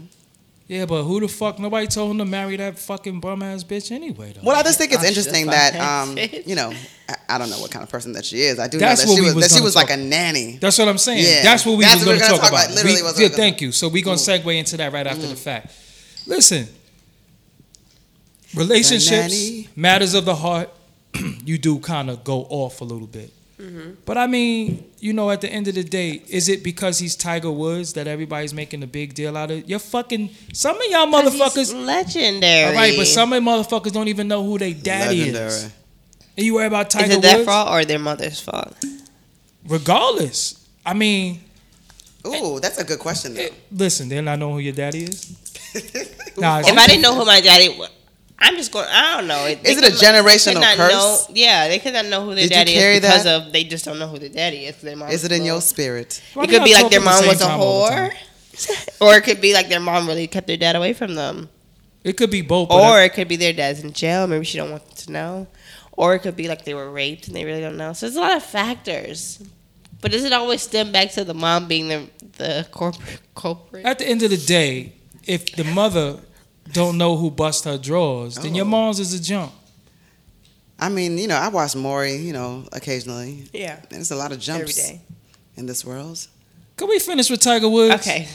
A: Yeah, but who the fuck? Nobody told him to marry that fucking bum ass bitch anyway, though.
C: Well, I just think it's
B: I
C: interesting
B: should
C: that,
B: find
C: um,
B: it.
C: you know, I, I don't know what kind of person that she is. I do
A: That's
C: know
A: what
C: that she
A: we
C: was,
A: was
C: that she
A: gonna
C: was like
A: talk-
C: a nanny.
A: That's what I'm saying.
C: Yeah.
A: That's what we
C: That's
A: was
C: what
A: going
C: we're
A: to
C: gonna
A: talk,
C: talk
A: about.
C: about. Literally
A: We-
C: what we're
A: yeah,
C: gonna- Mm.
A: thank you. So we're going to segue into that right after the fact. Listen, relationships,
C: Banani.
A: matters of the heart, you do kind of go off a little bit.
B: Mm-hmm.
A: But I mean, you know, at the end of the day, is it because he's Tiger Woods that everybody's making a big deal out of? You're fucking some of y'all
B: 'Cause he's
A: motherfuckers.
B: legendary.
A: All right, but some of them motherfuckers don't even know who they daddy is.
C: Legendary.
A: And you worry about Tiger
B: is it
A: Woods,
B: their fault or their mother's fault?
A: regardless. I mean,
C: Ooh, that's a good question. Though.
A: listen, they're not knowing who your daddy is. Nah,
B: If I didn't know who my daddy was, I'm just going. I don't know. They
C: Is it a
B: could not- they could
C: generational
B: not
C: curse?
B: Know, yeah, they could not know who their
C: Did you
B: daddy
C: carry
B: is because
C: that?
B: of they just don't know who their daddy is. Their mom
C: Is it in your
B: was-
C: spirit?
A: Why
B: It
A: we
B: could
A: not
B: be like their
A: talk at the
B: mom
A: same
B: was a
A: time all the
B: whore, or it could be like their mom really kept their dad away from them,
A: it could be both. but
B: or
A: I-
B: it could be their dad's in jail. Maybe she don't want them to know, or it could be like they were raped and they really don't know. So there's a lot of factors. But does it always stem back to the mom being the the corporate culprit?
A: at the end of the day, if the mother don't know who bust her drawers, then your
C: Oh.
A: mom's is a jump.
C: I mean, you know, I watch Maury, you know, occasionally.
B: Yeah,
C: There's a lot of
B: every
C: jumps
B: day.
C: in this world.
A: Can we finish with Tiger Woods?
B: Okay.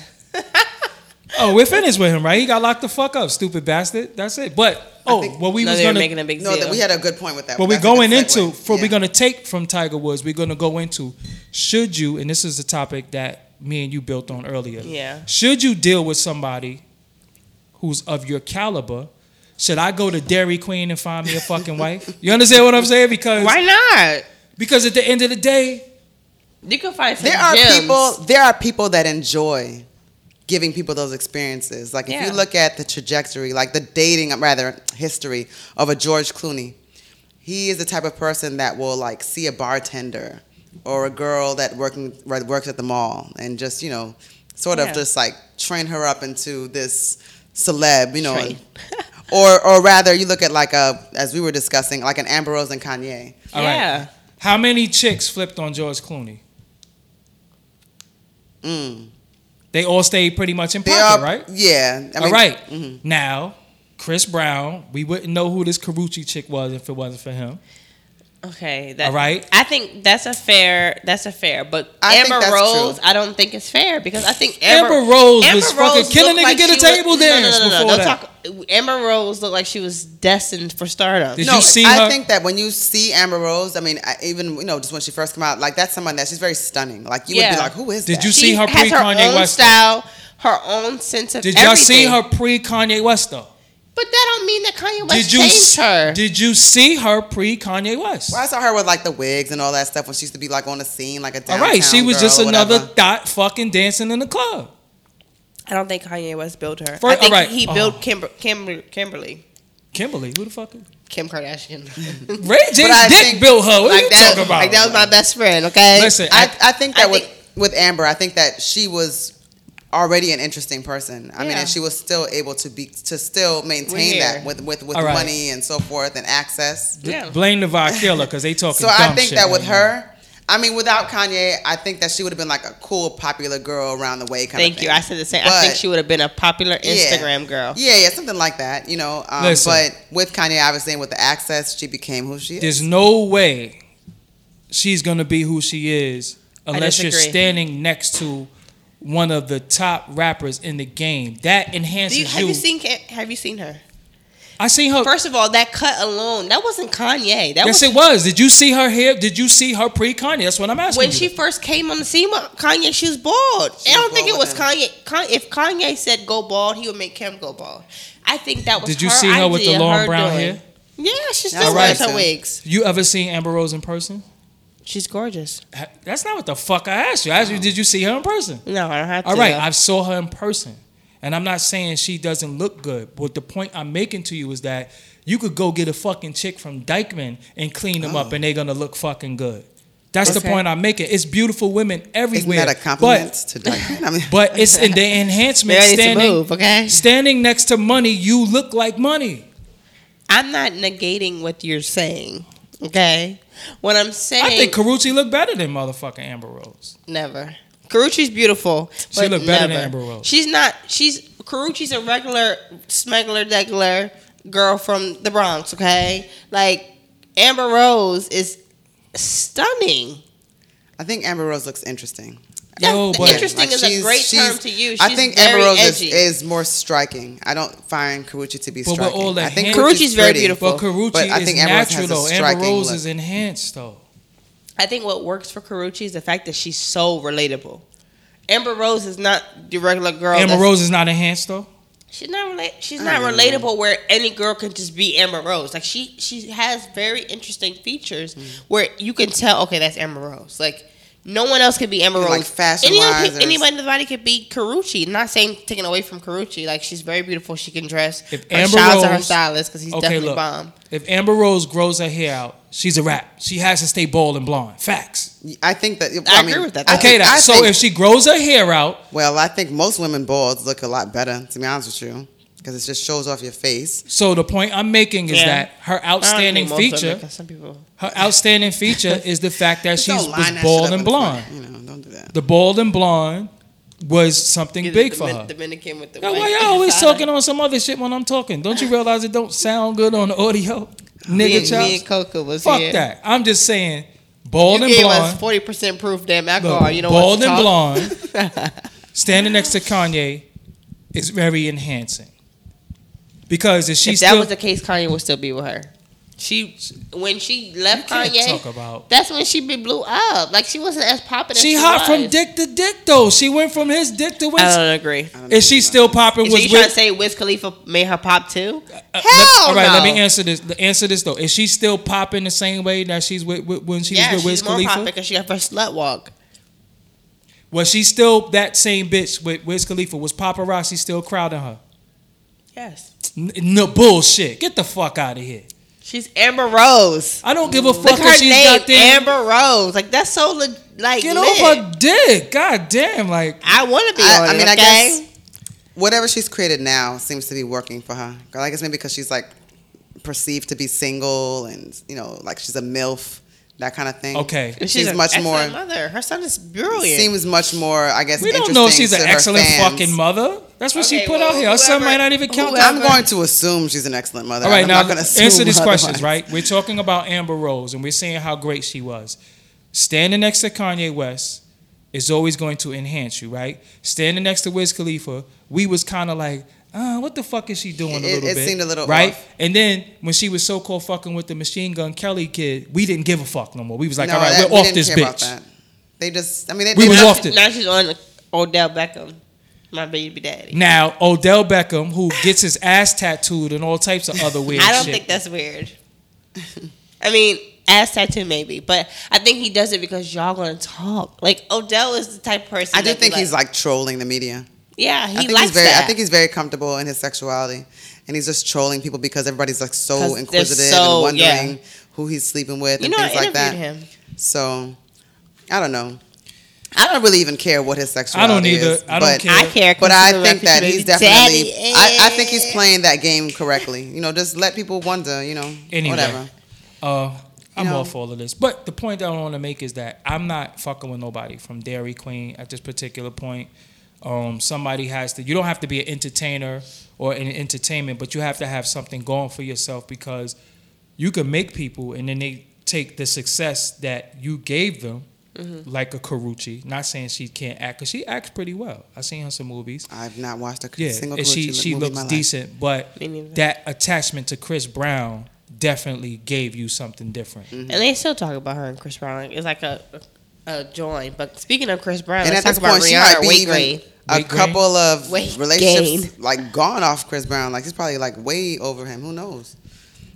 A: Oh, we're finished with him, right? He got locked the fuck up, stupid bastard. That's it. But oh,
C: think-
A: what we
B: no,
A: was
B: they were
A: gonna
B: making a big
C: No,
B: deal.
C: that we had a good point with that.
A: what
C: That's
A: we're
C: a good
A: going
C: segue.
A: into for
C: Yeah.
A: we're gonna take from Tiger Woods, we're gonna go into should you, and this is the topic that me and you built on earlier.
B: Yeah.
A: Should you deal with somebody who's of your caliber? Should I go to Dairy Queen and find me a fucking wife? You understand what I'm saying? Because
B: Why not?
A: because at the end of the day,
B: You can find some
C: There are
B: gems.
C: people. There are people that enjoy giving people those experiences. Like if
B: Yeah.
C: you look at the trajectory, like the dating, um, rather history of a George Clooney, he is the type of person that will like see a bartender or a girl that working right, works at the mall and just you know, sort
B: Yeah.
C: of just like train her up into this celeb, you know.
B: Train.
C: and- or, or rather, you look at like a, as we were discussing, like an Amber Rose and Kanye.
A: all right.
B: Yeah.
A: How many chicks flipped on George Clooney?
C: Mm.
A: They all stayed pretty much in
C: They
A: pocket,
C: are,
A: right?
C: Yeah. I
A: all right.
C: mhm.
A: Now, Chris Brown, we wouldn't know who this Carucci chick was if it wasn't for him.
B: Okay. That,
A: All right.
B: I think that's a fair. That's a fair. But
C: I think
B: Amber
C: that's
B: Rose,
C: true.
B: I don't think it's fair because I think
A: Amber
B: Amber,
A: Rose was fucking killing
B: looked
A: nigga get a
B: she was-
A: table
B: no, no, no,
A: dance
B: no, no,
A: before
B: don't
A: that.
B: talk- Amber Rose looked like she was destined for stardom.
A: Did
C: no,
A: you see
C: I
A: her?
C: think that when you see Amber Rose, I mean, I, even you know, just when she first came out, like that's someone that she's very stunning. Like you would
B: Yeah.
C: be like, who is
A: Did
C: that?
A: you
B: she
A: see her
B: has her
A: pre-Kanye
B: own
A: West.
B: style, her own sense of
A: Did y'all
B: everything.
A: see her pre Kanye West though?
B: But that don't mean that Kanye West
A: Did you
B: changed her.
A: did you see her pre Kanye West?
C: Well, I saw her with like the wigs and all that stuff when she used to be like on the scene, like a
A: All
C: downtown
A: right, she was
C: girl
A: just
C: or
A: another
C: whatever.
A: dot fucking dancing in the club.
B: I don't think Kanye West built her.
A: For-
B: I think
A: all right.
B: he
A: Oh.
B: built Kimber, Kimber, Kimberly,
A: Kimberly, who the fuck? Is?
B: Kim Kardashian.
A: Ray J
C: I
A: dick
C: think-
A: built her. What are you
B: that,
A: talking about?
B: Like that was my best friend. Okay.
A: Listen,
C: I, I think that
B: I
C: with
B: think-
C: with Amber, I think that she was already an interesting person. I mean,
B: Yeah.
C: and she was still able to be to still maintain
B: We're
C: that
B: here.
C: with with with
A: All right.
C: money and so forth and access.
B: Yeah.
A: Blame the Vod killer because they talking.
C: So I
A: dumb
C: think
A: shit
C: that
A: right
C: with
A: now.
C: her, I mean, without Kanye, I think that she would have been like a cool, popular girl around the way kind of
B: Thank
C: thing.
B: you. I said the same. I think
C: But-
B: she would have been a popular
C: Yeah.
B: Instagram girl.
C: Yeah, yeah, something like that, you know. Um,
A: Listen.
C: But with Kanye, obviously, and with the access, she became who she is.
A: There's no way she's gonna be who she is unless you're
B: disagree.
A: standing next to one of the top rappers in the game. That enhances
B: Do you, have you Oh. seen? Ka- Have you seen her?
A: I seen her.
B: First of all, that cut alone, that wasn't Kanye. That
A: yes,
B: was
A: it was. Did you see her hair? Did you see her pre Kanye? That's what I'm asking.
B: when
A: you.
B: she first came on the scene. wa- Kanye, she was bald.
C: She
B: I don't
C: was
B: think it
C: bald
B: was
C: with
B: Kanye. Kan- If Kanye said go bald, he would make Kim go bald. I think that was.
A: Did you see her with the
B: idea,
A: long
B: her
A: brown
B: doing-
A: hair?
B: Yeah, she
C: That's
B: still
A: what I
B: wears her
C: said.
B: wigs.
A: You ever seen Amber Rose in person?
B: She's gorgeous.
A: Ha- That's not what the fuck I asked you. I asked you, did you see her in person?
B: No, I don't have to.
A: All right, I saw her in person, and I'm not saying she doesn't look good. But the point I'm making to you is that you could go get a fucking chick from Dykeman and clean them up, and they're gonna look fucking good. That's the
B: Oh. Okay.
A: point I'm making. It's beautiful women
C: Isn't
A: everywhere.
C: that a compliment to Dykeman? I mean,
A: But, but it's in the enhancement
B: Ready to
A: standing.
B: move, okay?
A: Standing next to money, you look like money.
B: I'm not negating what you're saying. Okay, what I'm saying.
A: I think Carucci looked better than motherfucking Amber Rose.
B: Never. Carucci's beautiful.
A: She
B: but
A: look better than
B: never.
A: Amber Rose.
B: She's not. She's Carucci's a regular smuggler, degular girl from the Bronx. Okay, like Amber Rose is stunning.
C: I think Amber Rose looks interesting.
B: That's
A: No,
B: the
A: but-
B: interesting
C: Like,
B: is a
C: she's-
B: great term
C: she's-
B: to use. She's
C: I think
B: very
C: Amber Rose is,
B: edgy.
C: is more striking. I don't find Karuchi to be
A: But with
C: striking.
A: all that
C: I think
A: hand-
B: Karrueche's
C: Karrueche's
B: very
C: pretty.
B: beautiful.
A: But Carucci
C: But I
A: is
C: think Amber Rose has
A: natural
C: a
A: though. Amber
C: striking
A: Rose
C: look.
A: is enhanced though.
B: I think what works for Karuchi is the fact that she's so relatable. Amber Rose is not the regular girl.
A: Amber
B: that's-
A: Rose is not enhanced though.
B: She's not relate. She's
C: I
B: not
C: don't know.
B: relatable where any girl can just be Amber Rose. Like she, she has very interesting features where you can tell. Okay, that's Amber Rose. Like no one else could be Amber Rose.
C: Like, fashion-wise,
B: Any other pe-
C: there's-
B: anybody, anybody could be Karuchi. Not saying taken away from Karuchi. Like she's very beautiful. She can dress.
A: If
B: Her
A: Amber
B: shout out to her
A: Rose-
B: stylist because he's
A: Okay,
B: definitely
A: look.
B: bomb.
A: If Amber Rose grows her hair out, she's a rap. She has to stay bald and blonde. Facts.
C: I think that.
B: I
C: mean,
B: agree with that.
C: I
A: Okay,
C: think-
A: now,
C: I
A: so
C: think-
A: if she grows her hair out,
C: well, I think most women balds look a lot better. To be honest with you, because it just shows off your face.
A: so the point I'm making is
B: Yeah.
A: that her
B: I don't
A: outstanding
B: think most women,
A: feature,
B: 'cause Some people.
A: her outstanding feature is the fact that
C: Just
A: she's
C: don't line
A: was
C: that shit
A: bald
C: up
A: and
C: in front.
A: blonde.
C: You know, don't do that.
A: The bald and blonde was something big for her.
B: Dominican with the.
A: Now, why y'all always talking on some other shit when I'm talking? Don't you realize it don't sound good on the audio,
B: Me,
A: nigga?
B: and- me and
A: chops?
B: Coca was
A: Fuck
B: here.
A: that. I'm just saying, bald
B: You
A: and
B: gave
A: blonde.
B: us forty percent proof damn
A: Look,
B: alcohol. you know
A: bald and
B: what?
A: blonde, standing next to Kanye is very enhancing. Because if she
B: if that
A: still
B: was the case, Kanye would still be with her. She when she
A: You
B: left
A: can't
B: Kanye,
A: talk about-
B: that's when she be blew up. Like she wasn't as popular.
A: she
B: as
A: hot
B: was.
A: from dick to dick though. She went from his dick to
B: I
A: his.
B: don't agree.
C: I don't know
A: Is she
C: about
A: still
C: that.
A: popping
B: So
A: with?
B: you trying to say Wiz Khalifa made her pop too?
A: Uh,
B: Hell
A: let- all right, let me
B: no.
A: answer this. The answer this though. Is she still popping the same way that she's with, with when she
B: yeah,
A: was with
B: she's
A: Wiz
B: more
A: Khalifa?
B: popular because she got her slut walk.
A: Was she still that same bitch with Wiz Khalifa? Was paparazzi still crowding her?
B: Yes,
A: N- No bullshit. Get the fuck out of here.
B: she's Amber Rose.
A: I don't give a
B: Look
A: fuck
B: her
A: if she's
B: name,
A: got them.
B: Amber Rose. Like that's so le- like
A: Get
B: lit.
A: off her dick. God damn. Like
B: I want to be
C: I-
B: on
C: I
B: it,
C: mean, I
B: okay?
C: guess- Whatever she's created now seems to be working for her. I guess maybe because she's like perceived to be single and you know, like she's a milf, that kind of thing.
A: Okay.
B: And
C: she's
B: an
C: much
B: excellent
C: more-
B: mother. Her son is brilliant.
C: Seems much more, I guess.
A: We don't know if
C: interesting
A: she's an
C: to her
A: excellent
C: fans.
A: fucking mother. That's what she
B: Okay,
A: put
B: well,
A: out here. Her son
B: whoever-
A: might not even count.
B: whoever-
A: that.
C: I'm going to assume she's an excellent mother.
A: All right,
C: I'm
A: now
C: not gonna assume
A: answer these questions,
C: otherwise.
A: right? We're talking about Amber Rose and we're saying how great she was. Standing next to Kanye West is always going to enhance you, right? Standing next to Wiz Khalifa, we was kind of like, uh, what the fuck is she doing a
C: It-
A: little
C: it
A: bit?
C: seemed a little
A: right.
C: off.
A: And then when she was so called fucking with the Machine Gun Kelly kid, we didn't give a fuck no more. We was like,
C: No,
A: all right,
C: that-
A: we're
C: we
A: off
C: didn't
A: this
C: care
A: bitch.
C: about that. They just, I mean, they,
A: We
C: they
A: was
C: not-
A: off often.
B: Now she's on Odell Beckham, my baby daddy.
A: Now Odell Beckham, who gets his ass tattooed and all types of other weird
B: I don't
A: shit.
B: think that's weird. I mean, ass tattoo maybe, but I think he does it because y'all gonna talk. Like Odell is the type of person.
C: I do
B: that be
C: think he's like trolling the media.
B: yeah, he
C: I think
B: likes
C: he's very,
B: that.
C: I think he's very comfortable in his sexuality, and he's just trolling people because everybody's like
B: 'Cause
C: so
B: they're
C: inquisitive
B: so-
C: and wondering
B: yeah.
C: who he's sleeping with
B: you
C: and
B: know, I
C: things
B: interviewed
C: like that.
B: him.
C: So, I don't know. I don't really even care what his sexuality
A: either.
C: is.
A: I don't
C: but,
A: care.
B: I care, 'cause
C: But
B: he's
C: I
B: a
C: think that
B: refugee
C: he's
B: baby
C: definitely.
B: daddy.
C: I, I think he's playing that game correctly. You know, just let people wonder. You know,
A: Anyway.
C: whatever.
A: Uh, I'm
C: You know.
A: off all of this. But the point that I want to make is that I'm not fucking with nobody from Dairy Queen at this particular point. Um, somebody has to, you don't have to be an entertainer or in entertainment, but you have to have something going for yourself because you can make people and then they take the success that you gave them,
C: Mm-hmm.
A: like a Karuchi. Not saying she can't act, because she acts pretty well. I've seen her in some movies.
C: I've not watched a
A: Yeah,
C: single
A: and she
C: Gucci
A: she
C: movie in
A: looks
C: my life.
A: decent, but
B: Me neither.
A: that attachment to Chris Brown definitely gave you something different.
B: And they still talk about her and Chris Brown. Like, It's like a a join. But speaking of Chris Brown,
C: And
B: let's talk
C: at this
B: about
C: point, she
B: Rihanna
C: might be
B: Wade
C: even
B: Green.
C: a
A: Weight gain?
C: couple of
B: Weight
C: relationships
B: gain.
C: like gone off Chris Brown. Like she's probably like way over him. Who knows?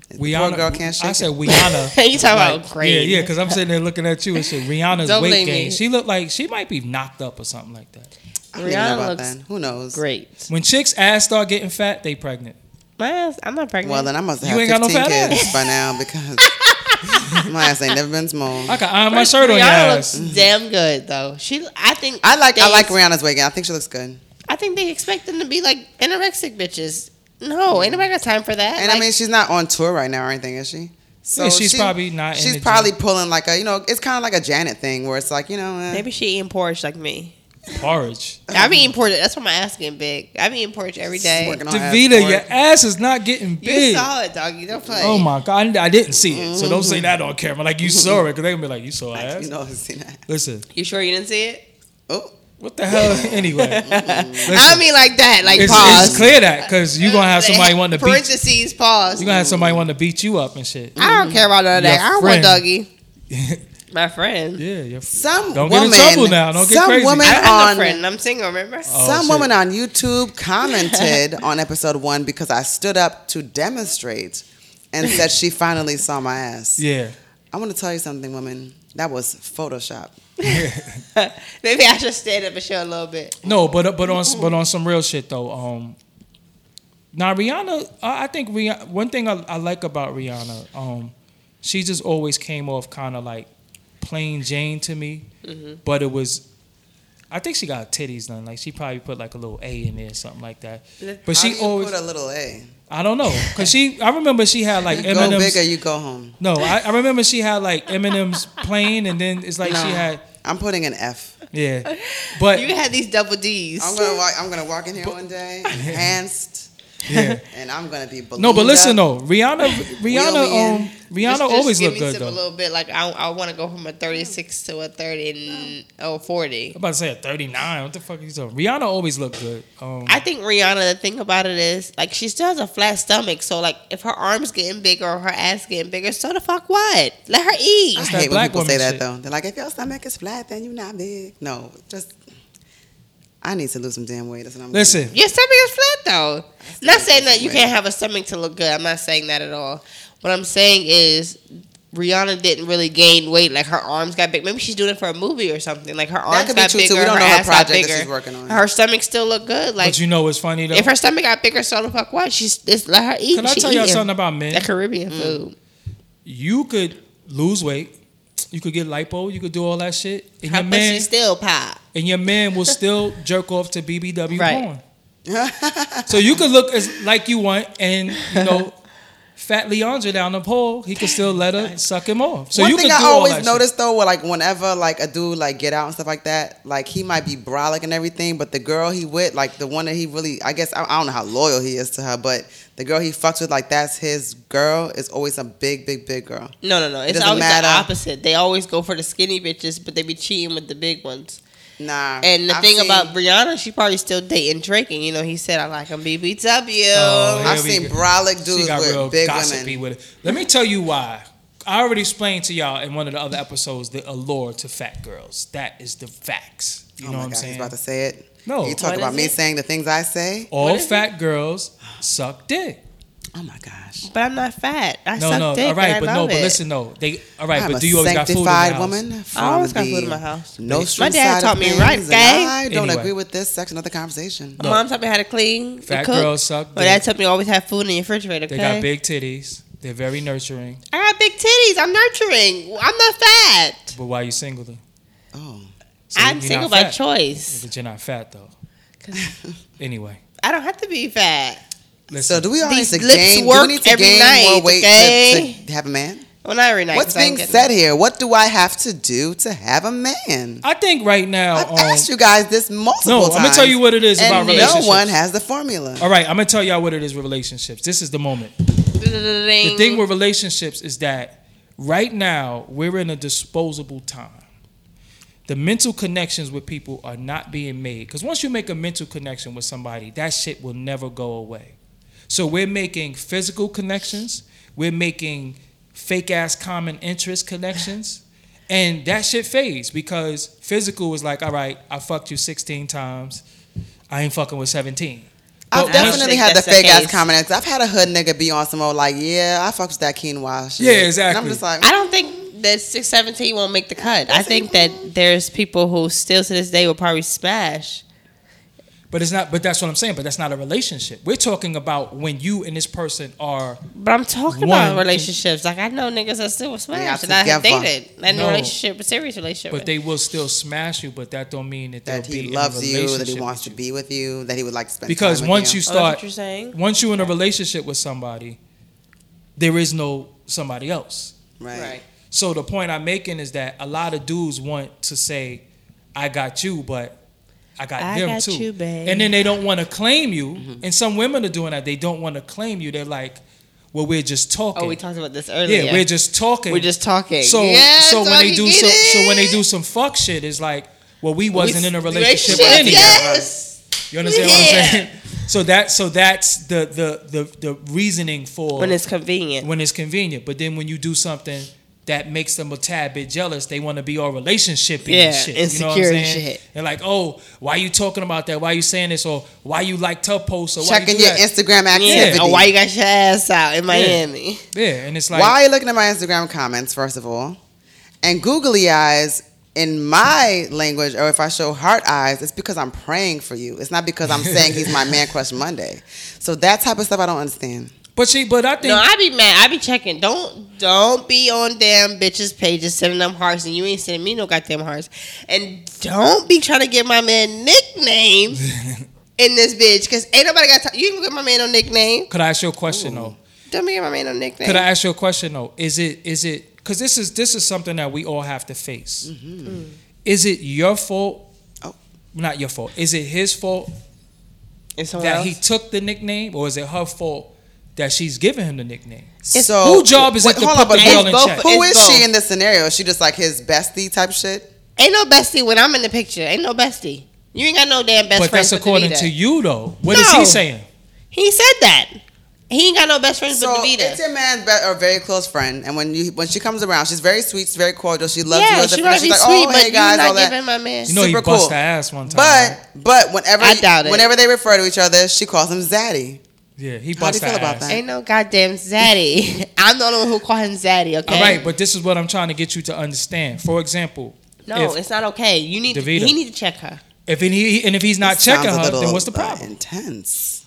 C: The
A: Rihanna,
C: poor girl can't shake
A: I said
C: it.
A: Rihanna.
B: You talking about
A: Yeah,
B: grade.
A: yeah, because I'm sitting there looking at you and said Rihanna's
B: Don't
A: weight
B: blame me.
A: gain. She looked like she might be knocked up or something like that.
C: I don't even know
B: Rihanna
C: about
B: looks
C: that. Who knows?
B: Great.
A: When chicks' ass start getting fat, they pregnant.
B: My ass, I'm not pregnant.
C: Well, then I must
A: You
C: have
A: ain't got no
C: 15
A: fat
C: kids by now because my ass ain't never been small.
A: I can iron my shirt on your
B: Rihanna
A: ass.
B: looks damn good though. She, I think
C: I like I
B: they-
C: like Rihanna's weight gain. I think she looks good. And
B: I think they expect them to be like anorexic bitches. No, ain't nobody got time for that.
C: I
B: Like,
C: mean, she's not on tour right now or anything, is she? So
A: Yeah, she's
C: she-
A: probably not in
C: She's
A: the
C: probably pulling like a you know. It's kind of like a Janet thing where it's like you know. Eh.
B: maybe she eating porridge like me.
A: Porridge.
C: Uh-huh.
B: I be eating porridge. That's why my ass getting big. I be eating porridge every
C: she's
B: day.
C: working on her ass
A: Davita,
C: for
A: your
C: it.
A: ass is not getting
B: You
A: big.
B: saw it, Mm-hmm. doggy. Don't play.
A: Oh my god, I I didn't see it. So don't say that on camera. Like you saw it, because they gonna be like, you saw
C: Like,
A: ass.
C: You know, I've seen that.
A: Listen,
B: You sure you didn't see it?
C: Oh,
A: what the hell? Anyway, Listen,
B: I mean, like that. Like
A: it's,
B: pause.
A: it's clear that because you gonna have somebody wanting to beat.
B: parentheses pause.
A: You gonna have somebody wanting to beat you up and shit.
B: I don't care about none of that.
A: Your
B: I don't want
A: friend.
B: doggy. My friend.
A: Yeah, your f-
C: Some
A: Don't get in
C: women,
A: trouble now. Don't get
C: some
A: crazy.
B: I
C: women
B: don't have no
C: on
B: friend. I'm single, remember?
A: Oh,
C: some
A: shit.
C: woman on YouTube commented on episode one because I stood up to demonstrate and said she finally saw my ass.
A: Yeah.
C: I want to tell you something, woman. That was Photoshop.
A: Uh.
B: Maybe I should stand up and show a little bit.
A: No, but but on but on some real shit though. Um, now Rihanna, I, I think Rihanna, one thing I, I like about Rihanna, um, she just always came off kind of like plain Jane to me,
C: Mm-hmm.
A: but it was. I think she got titties done. Like she probably put like a little A in there, or something like that. But
C: How
A: she
C: do you
A: always,
C: put a little A.
A: I don't know, cause she. I remember she had like
C: Go big or
A: Eminem's.
C: you go home.
A: No, I, I remember she had like Eminem's plane, and then it's like she
C: No.
A: had
C: I'm putting an F.
A: yeah. But
B: You had these double D's.
C: I'm gonna walk. I'm gonna walk in here one day, enhanced,
A: yeah.
C: and I'm gonna be.
A: No, but
C: ballooned
A: listen
C: up.
A: though, Rihanna, Rihanna, um, Rihanna
B: Just- just
A: always
B: give
A: looked
B: me
A: good
B: some
A: though.
B: A
A: I'm
B: little bit. Like I, I want to go from a 36 to a 30 and oh, or 40.
A: about to say a 39. What the fuck are you talking? Rihanna always looked good. Um,
B: I think Rihanna. The thing about it is, like, she still has a flat stomach. So, like, if her arms getting bigger or her ass getting bigger, so the fuck what? Let her eat.
C: I
A: that
C: hate when
A: black
C: people
A: woman
C: say that
A: shit.
C: though. They're like, if your stomach is flat, then you're not big. No, just. I need to lose some damn weight. That's what I'm.
A: listen,
B: Your stomach is flat though. Not saying that you can't have a stomach to look good. I'm not saying that at all. What I'm saying is Rihanna didn't really gain weight. Like her arms got big. Maybe she's doing it for a movie or something. Like her arms
C: could be
B: got
C: true, too. We
B: bigger.
C: don't
B: her
C: know her
B: ass got
C: project that
B: bigger.
C: she's working on.
B: Her stomach still look good. Like
A: but you know what's funny though?
B: if her stomach got bigger, so the fuck what? She's just let her eat.
A: Can I
B: She
A: tell y'all
B: eating
A: something about men?
B: that Caribbean
C: Mm.
B: food?
A: You could lose weight, you could get lipo, you could do all that shit, and
B: Her
A: your man
B: pussy still pop.
A: and your man will still jerk off to BBW
B: Right.
A: porn. so you could look as like you want, and you know. Fat Leandra down the pole, he could still let her suck him off. So
C: One
A: you
C: thing
A: could
C: I
A: do all that
C: always
A: shit.
C: notice though, well, like whenever like a dude like get out and stuff like that, like he might be brolic and everything, but the girl he with, like the one that he really, I guess I, I don't know how loyal he is to her, but the girl he fucks with, like that's his girl, is always a big, big, big girl.
B: No, no, no. It's
C: doesn't
B: always
C: matter.
B: the opposite. They always go for the skinny bitches, but they be cheating with the big ones.
C: Nah.
B: And the
C: I've
B: thing
C: seen-
B: about Brianna, she probably still dating Drake, and you know he said I like him BBW.
A: Oh, yeah.
C: I've
A: we
C: seen
A: go.
C: brolic
A: She
C: dudes
A: got real
C: with big
A: gossipy
C: women.
A: with it. Let me tell you why. I already explained to y'all in one of the other episodes the allure to fat girls. That is the facts. You
C: oh
A: know
C: my
A: what I'm
C: God, he's
A: saying? Oh.
C: about to say it.
A: No.
C: You talk
B: What
C: about
B: is
C: me
B: it?
C: saying the things I say.
A: All
B: What is
A: fat girls suck dick.
C: Oh my gosh.
B: But I'm not fat. I
A: No,
B: suck
A: no,
B: dick.
A: all right, but
B: I
A: no,
B: love
A: but
B: it.
A: listen, no, they all right,
C: I'm
A: but
C: a
A: do you always got food in the
C: sanctified
A: house?
C: woman. From
B: always got
C: the
B: food in my house.
C: No
B: My
C: strings
B: dad
C: side
B: taught
C: of
B: me
C: things,
B: right,
C: and
B: gang.
C: I don't
A: Anyway.
C: agree with this section of the conversation.
B: My mom taught me how to clean. and
A: Fat
B: cook.
A: girls suck
B: My dad
A: dick.
B: told me always have food in the refrigerator. Okay?
A: They got big titties. They're very nurturing.
B: I got big titties. I'm nurturing. I'm not fat.
A: But why you single then?
C: Oh.
A: So
B: I'm
A: you're not
B: single by
A: fat.
B: choice.
A: But you're not fat though.
B: 'Cause
A: Anyway.
B: I don't have to be fat.
A: Listen.
C: So do we all need
B: These
C: to
B: lips
C: gain? Do we
B: work
C: need to
B: every
C: gain more
B: night,
C: weight to-
B: okay?
C: to, have a man?
B: Well, not every night.
C: What's
B: 'cause I ain't
C: being
B: getting-
C: said here? What do I have to do to have a man?
A: I think right now
C: I've
A: um,
C: asked you guys this multiple
A: No, I'm
C: times.
A: gonna tell you what it is
C: and
A: about relationships.
C: No one has the formula.
A: all right, I'm gonna tell y'all what it is with relationships. This is the moment. The thing with relationships is that right now we're in a disposable time. The mental connections with people are not being made because once you make a mental connection with somebody, that shit will never go away. So we're making physical connections, we're making fake ass common interest connections, and that shit fades because physical is like, all right, I fucked you 16 times, I ain't fucking with 17. But
C: I've
A: once-
C: definitely
B: think
C: had the
B: that's the
C: fake ass
B: case.
C: comments. I've had a hood nigga be on some old like, yeah, I fucked with that quinoa shit.
A: Yeah,
C: And
A: exactly.
C: I'm just like,
B: I don't think that 617 won't make the cut. I think that there's people who still to this day will probably smash.
A: But it's not. But that's what I'm saying. But that's not a relationship. We're talking about when you and this person are.
B: But I'm talking
A: One.
B: about relationships. Like I know niggas that still will smash
C: Yeah,
B: that I have
C: together.
B: dated. And
A: No.
B: a relationship, a serious relationship. Oh,
A: But they will still smash you. But that don't mean that,
C: that
A: they'll
C: he
A: be
C: loves
A: in a
C: you, that he
A: relationship
C: wants to
A: with you.
C: be with you, that he would like to spend
A: Because
C: time
A: once
C: with
A: you
B: Oh, that's what
A: start,
B: you're saying?
A: once you're in a relationship with somebody, there is no somebody else.
C: you, right.
B: right.
A: So the point I'm making is that a lot of dudes want to say, "I got you," but I got
B: I
A: them
B: got
A: too.
B: you, babe. Mm-hmm.
A: And then they don't want to claim you. And some women are doing that. They don't want to claim you. They're like, "Well, we're just talking."
B: Oh, we talked about this earlier.
A: yeah, we're just talking.
B: We're just talking.
A: So
B: Yeah,
A: so
B: that's
A: when
B: all
A: they
B: you
A: do
B: get
A: so,
B: it.
A: so when they do some fuck shit, it's like, well, we wasn't in a relationship with
B: Relationship,
A: anybody.
B: Yes.
A: You understand what I'm
B: Yeah.
A: saying? So that so that's the the the, the reasoning for
B: When it's convenient.
A: when it's convenient. But then when you do something that makes them a tad bit jealous. They want to be all relationship
B: Yeah,
A: and shit. You know what I'm
B: insecurity
A: saying?
B: shit.
A: They're like, oh, why you talking about that? Why you saying this? Or why you like tough posts? Or why you
C: Checking
A: do
C: your
A: that?
C: Instagram
B: Yeah.
C: activity.
A: oh,
B: Or why you got your ass out in Miami?
A: Yeah, and it's like,
C: Why are you looking at my Instagram comments, first of all? And googly eyes, in my language, or if I show heart eyes, it's because I'm praying for you. It's not because I'm saying he's my man crush Monday. So that type of stuff I don't understand.
A: but she, but I think
B: No, I be mad. I be checking. Don't don't be on damn bitches pages sending them hearts, and you ain't sending me no goddamn hearts. And don't be trying to give my man nicknames in this bitch, cause ain't nobody got time. You can give my man no nickname.
A: could I ask you a question though?
B: Don't be giving my man no nickname.
A: Could I ask you a question though? Is it is it because this is this is something that we all have to face. Is it your fault?
C: Mm-hmm. Oh.
A: Not your fault. Is it his fault
B: And someone
A: that
B: else?
A: he took the nickname, or is it her fault that she's giving him the nickname?
B: It's-
C: so
A: who job is it to
C: hold
A: put
C: on, but
A: the
C: who-
A: girl in
B: both-
A: check?
C: Who
B: It's
C: is
B: both.
C: she in this scenario? Is she just like his bestie type shit?
B: Ain't no bestie when I'm in the picture. Ain't no bestie. You ain't got no damn best
A: But
B: friends.
A: that's
B: But
A: according to you though. What is
B: No.
A: he saying?
B: He said that. He ain't got no best friends
C: So
B: but
C: it's
B: Davida.
C: your man's be- or very close friend, and when you when she comes around, she's very sweet, she's very cordial, she loves you.
B: Yeah,
C: loves
B: she
C: her
B: might
C: friends.
B: be
C: She's like,
B: sweet,
C: oh,
B: but
C: hey
B: you
C: guys, all
B: not
C: that.
B: giving my man.
A: You know he
C: Super
A: bust
C: cool.
A: her ass one time. right?
C: But but whenever
B: I doubt it.
C: whenever they refer to each other, she calls him Zaddy.
A: yeah, he
C: How do you
A: bust
C: feel
A: her
C: about
A: ass.
C: that?
B: Ain't no goddamn Zaddy. I'm the only one who call him Zaddy. Okay.
A: All right, but this is what I'm trying to get you to understand. For example,
B: no,
A: if,
B: it's not okay. You need.
A: Davida.
B: To, he need to check her.
A: if he and if he's not
C: It
A: checking
C: sounds a
A: her,
C: little,
A: then what's the
C: uh,
A: problem?
C: intense.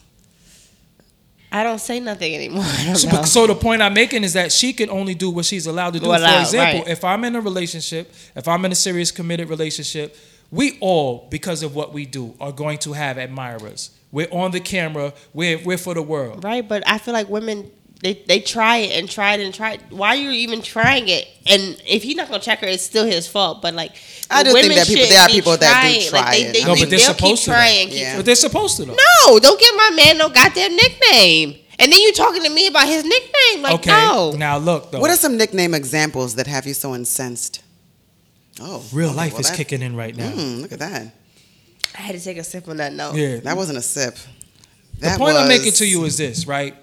B: I don't say nothing anymore. I don't
A: So,
B: know.
A: so the point I'm making is that she can only do what she's allowed to do.
B: Allowed,
A: For example,
B: right.
A: if I'm in a relationship, if I'm in a serious committed relationship, we all, because of what we do, are going to have admirers. We're on the camera. We're we're for the world.
B: right, but I feel like women. They, they try it and try it and try it. Why are you even trying it? And if he's not gonna check her, it's still his fault. But like,
C: I do think
B: women
C: that people-
B: shouldn't
C: there are
B: be
C: people that
B: trying.
C: do try
B: like,
C: it.
B: They, they,
C: No,
B: they,
A: but they're
B: will
A: supposed to,
B: keep
A: though.
B: trying. Keep
C: Yeah.
A: But they're supposed to. Though.
B: No, don't give my man no goddamn nickname. And then you talking to me about his nickname. Like,
A: okay.
B: no.
A: Now look though.
C: What are some nickname examples that have you so incensed? Oh,
A: Real
C: okay,
A: life
C: well,
A: is
C: that-
A: kicking in right now.
B: Hmm.
C: Mm, look at that.
B: I had to take a sip on that note.
A: Yeah.
C: That wasn't a sip.
A: the point I'm making to you is this, right?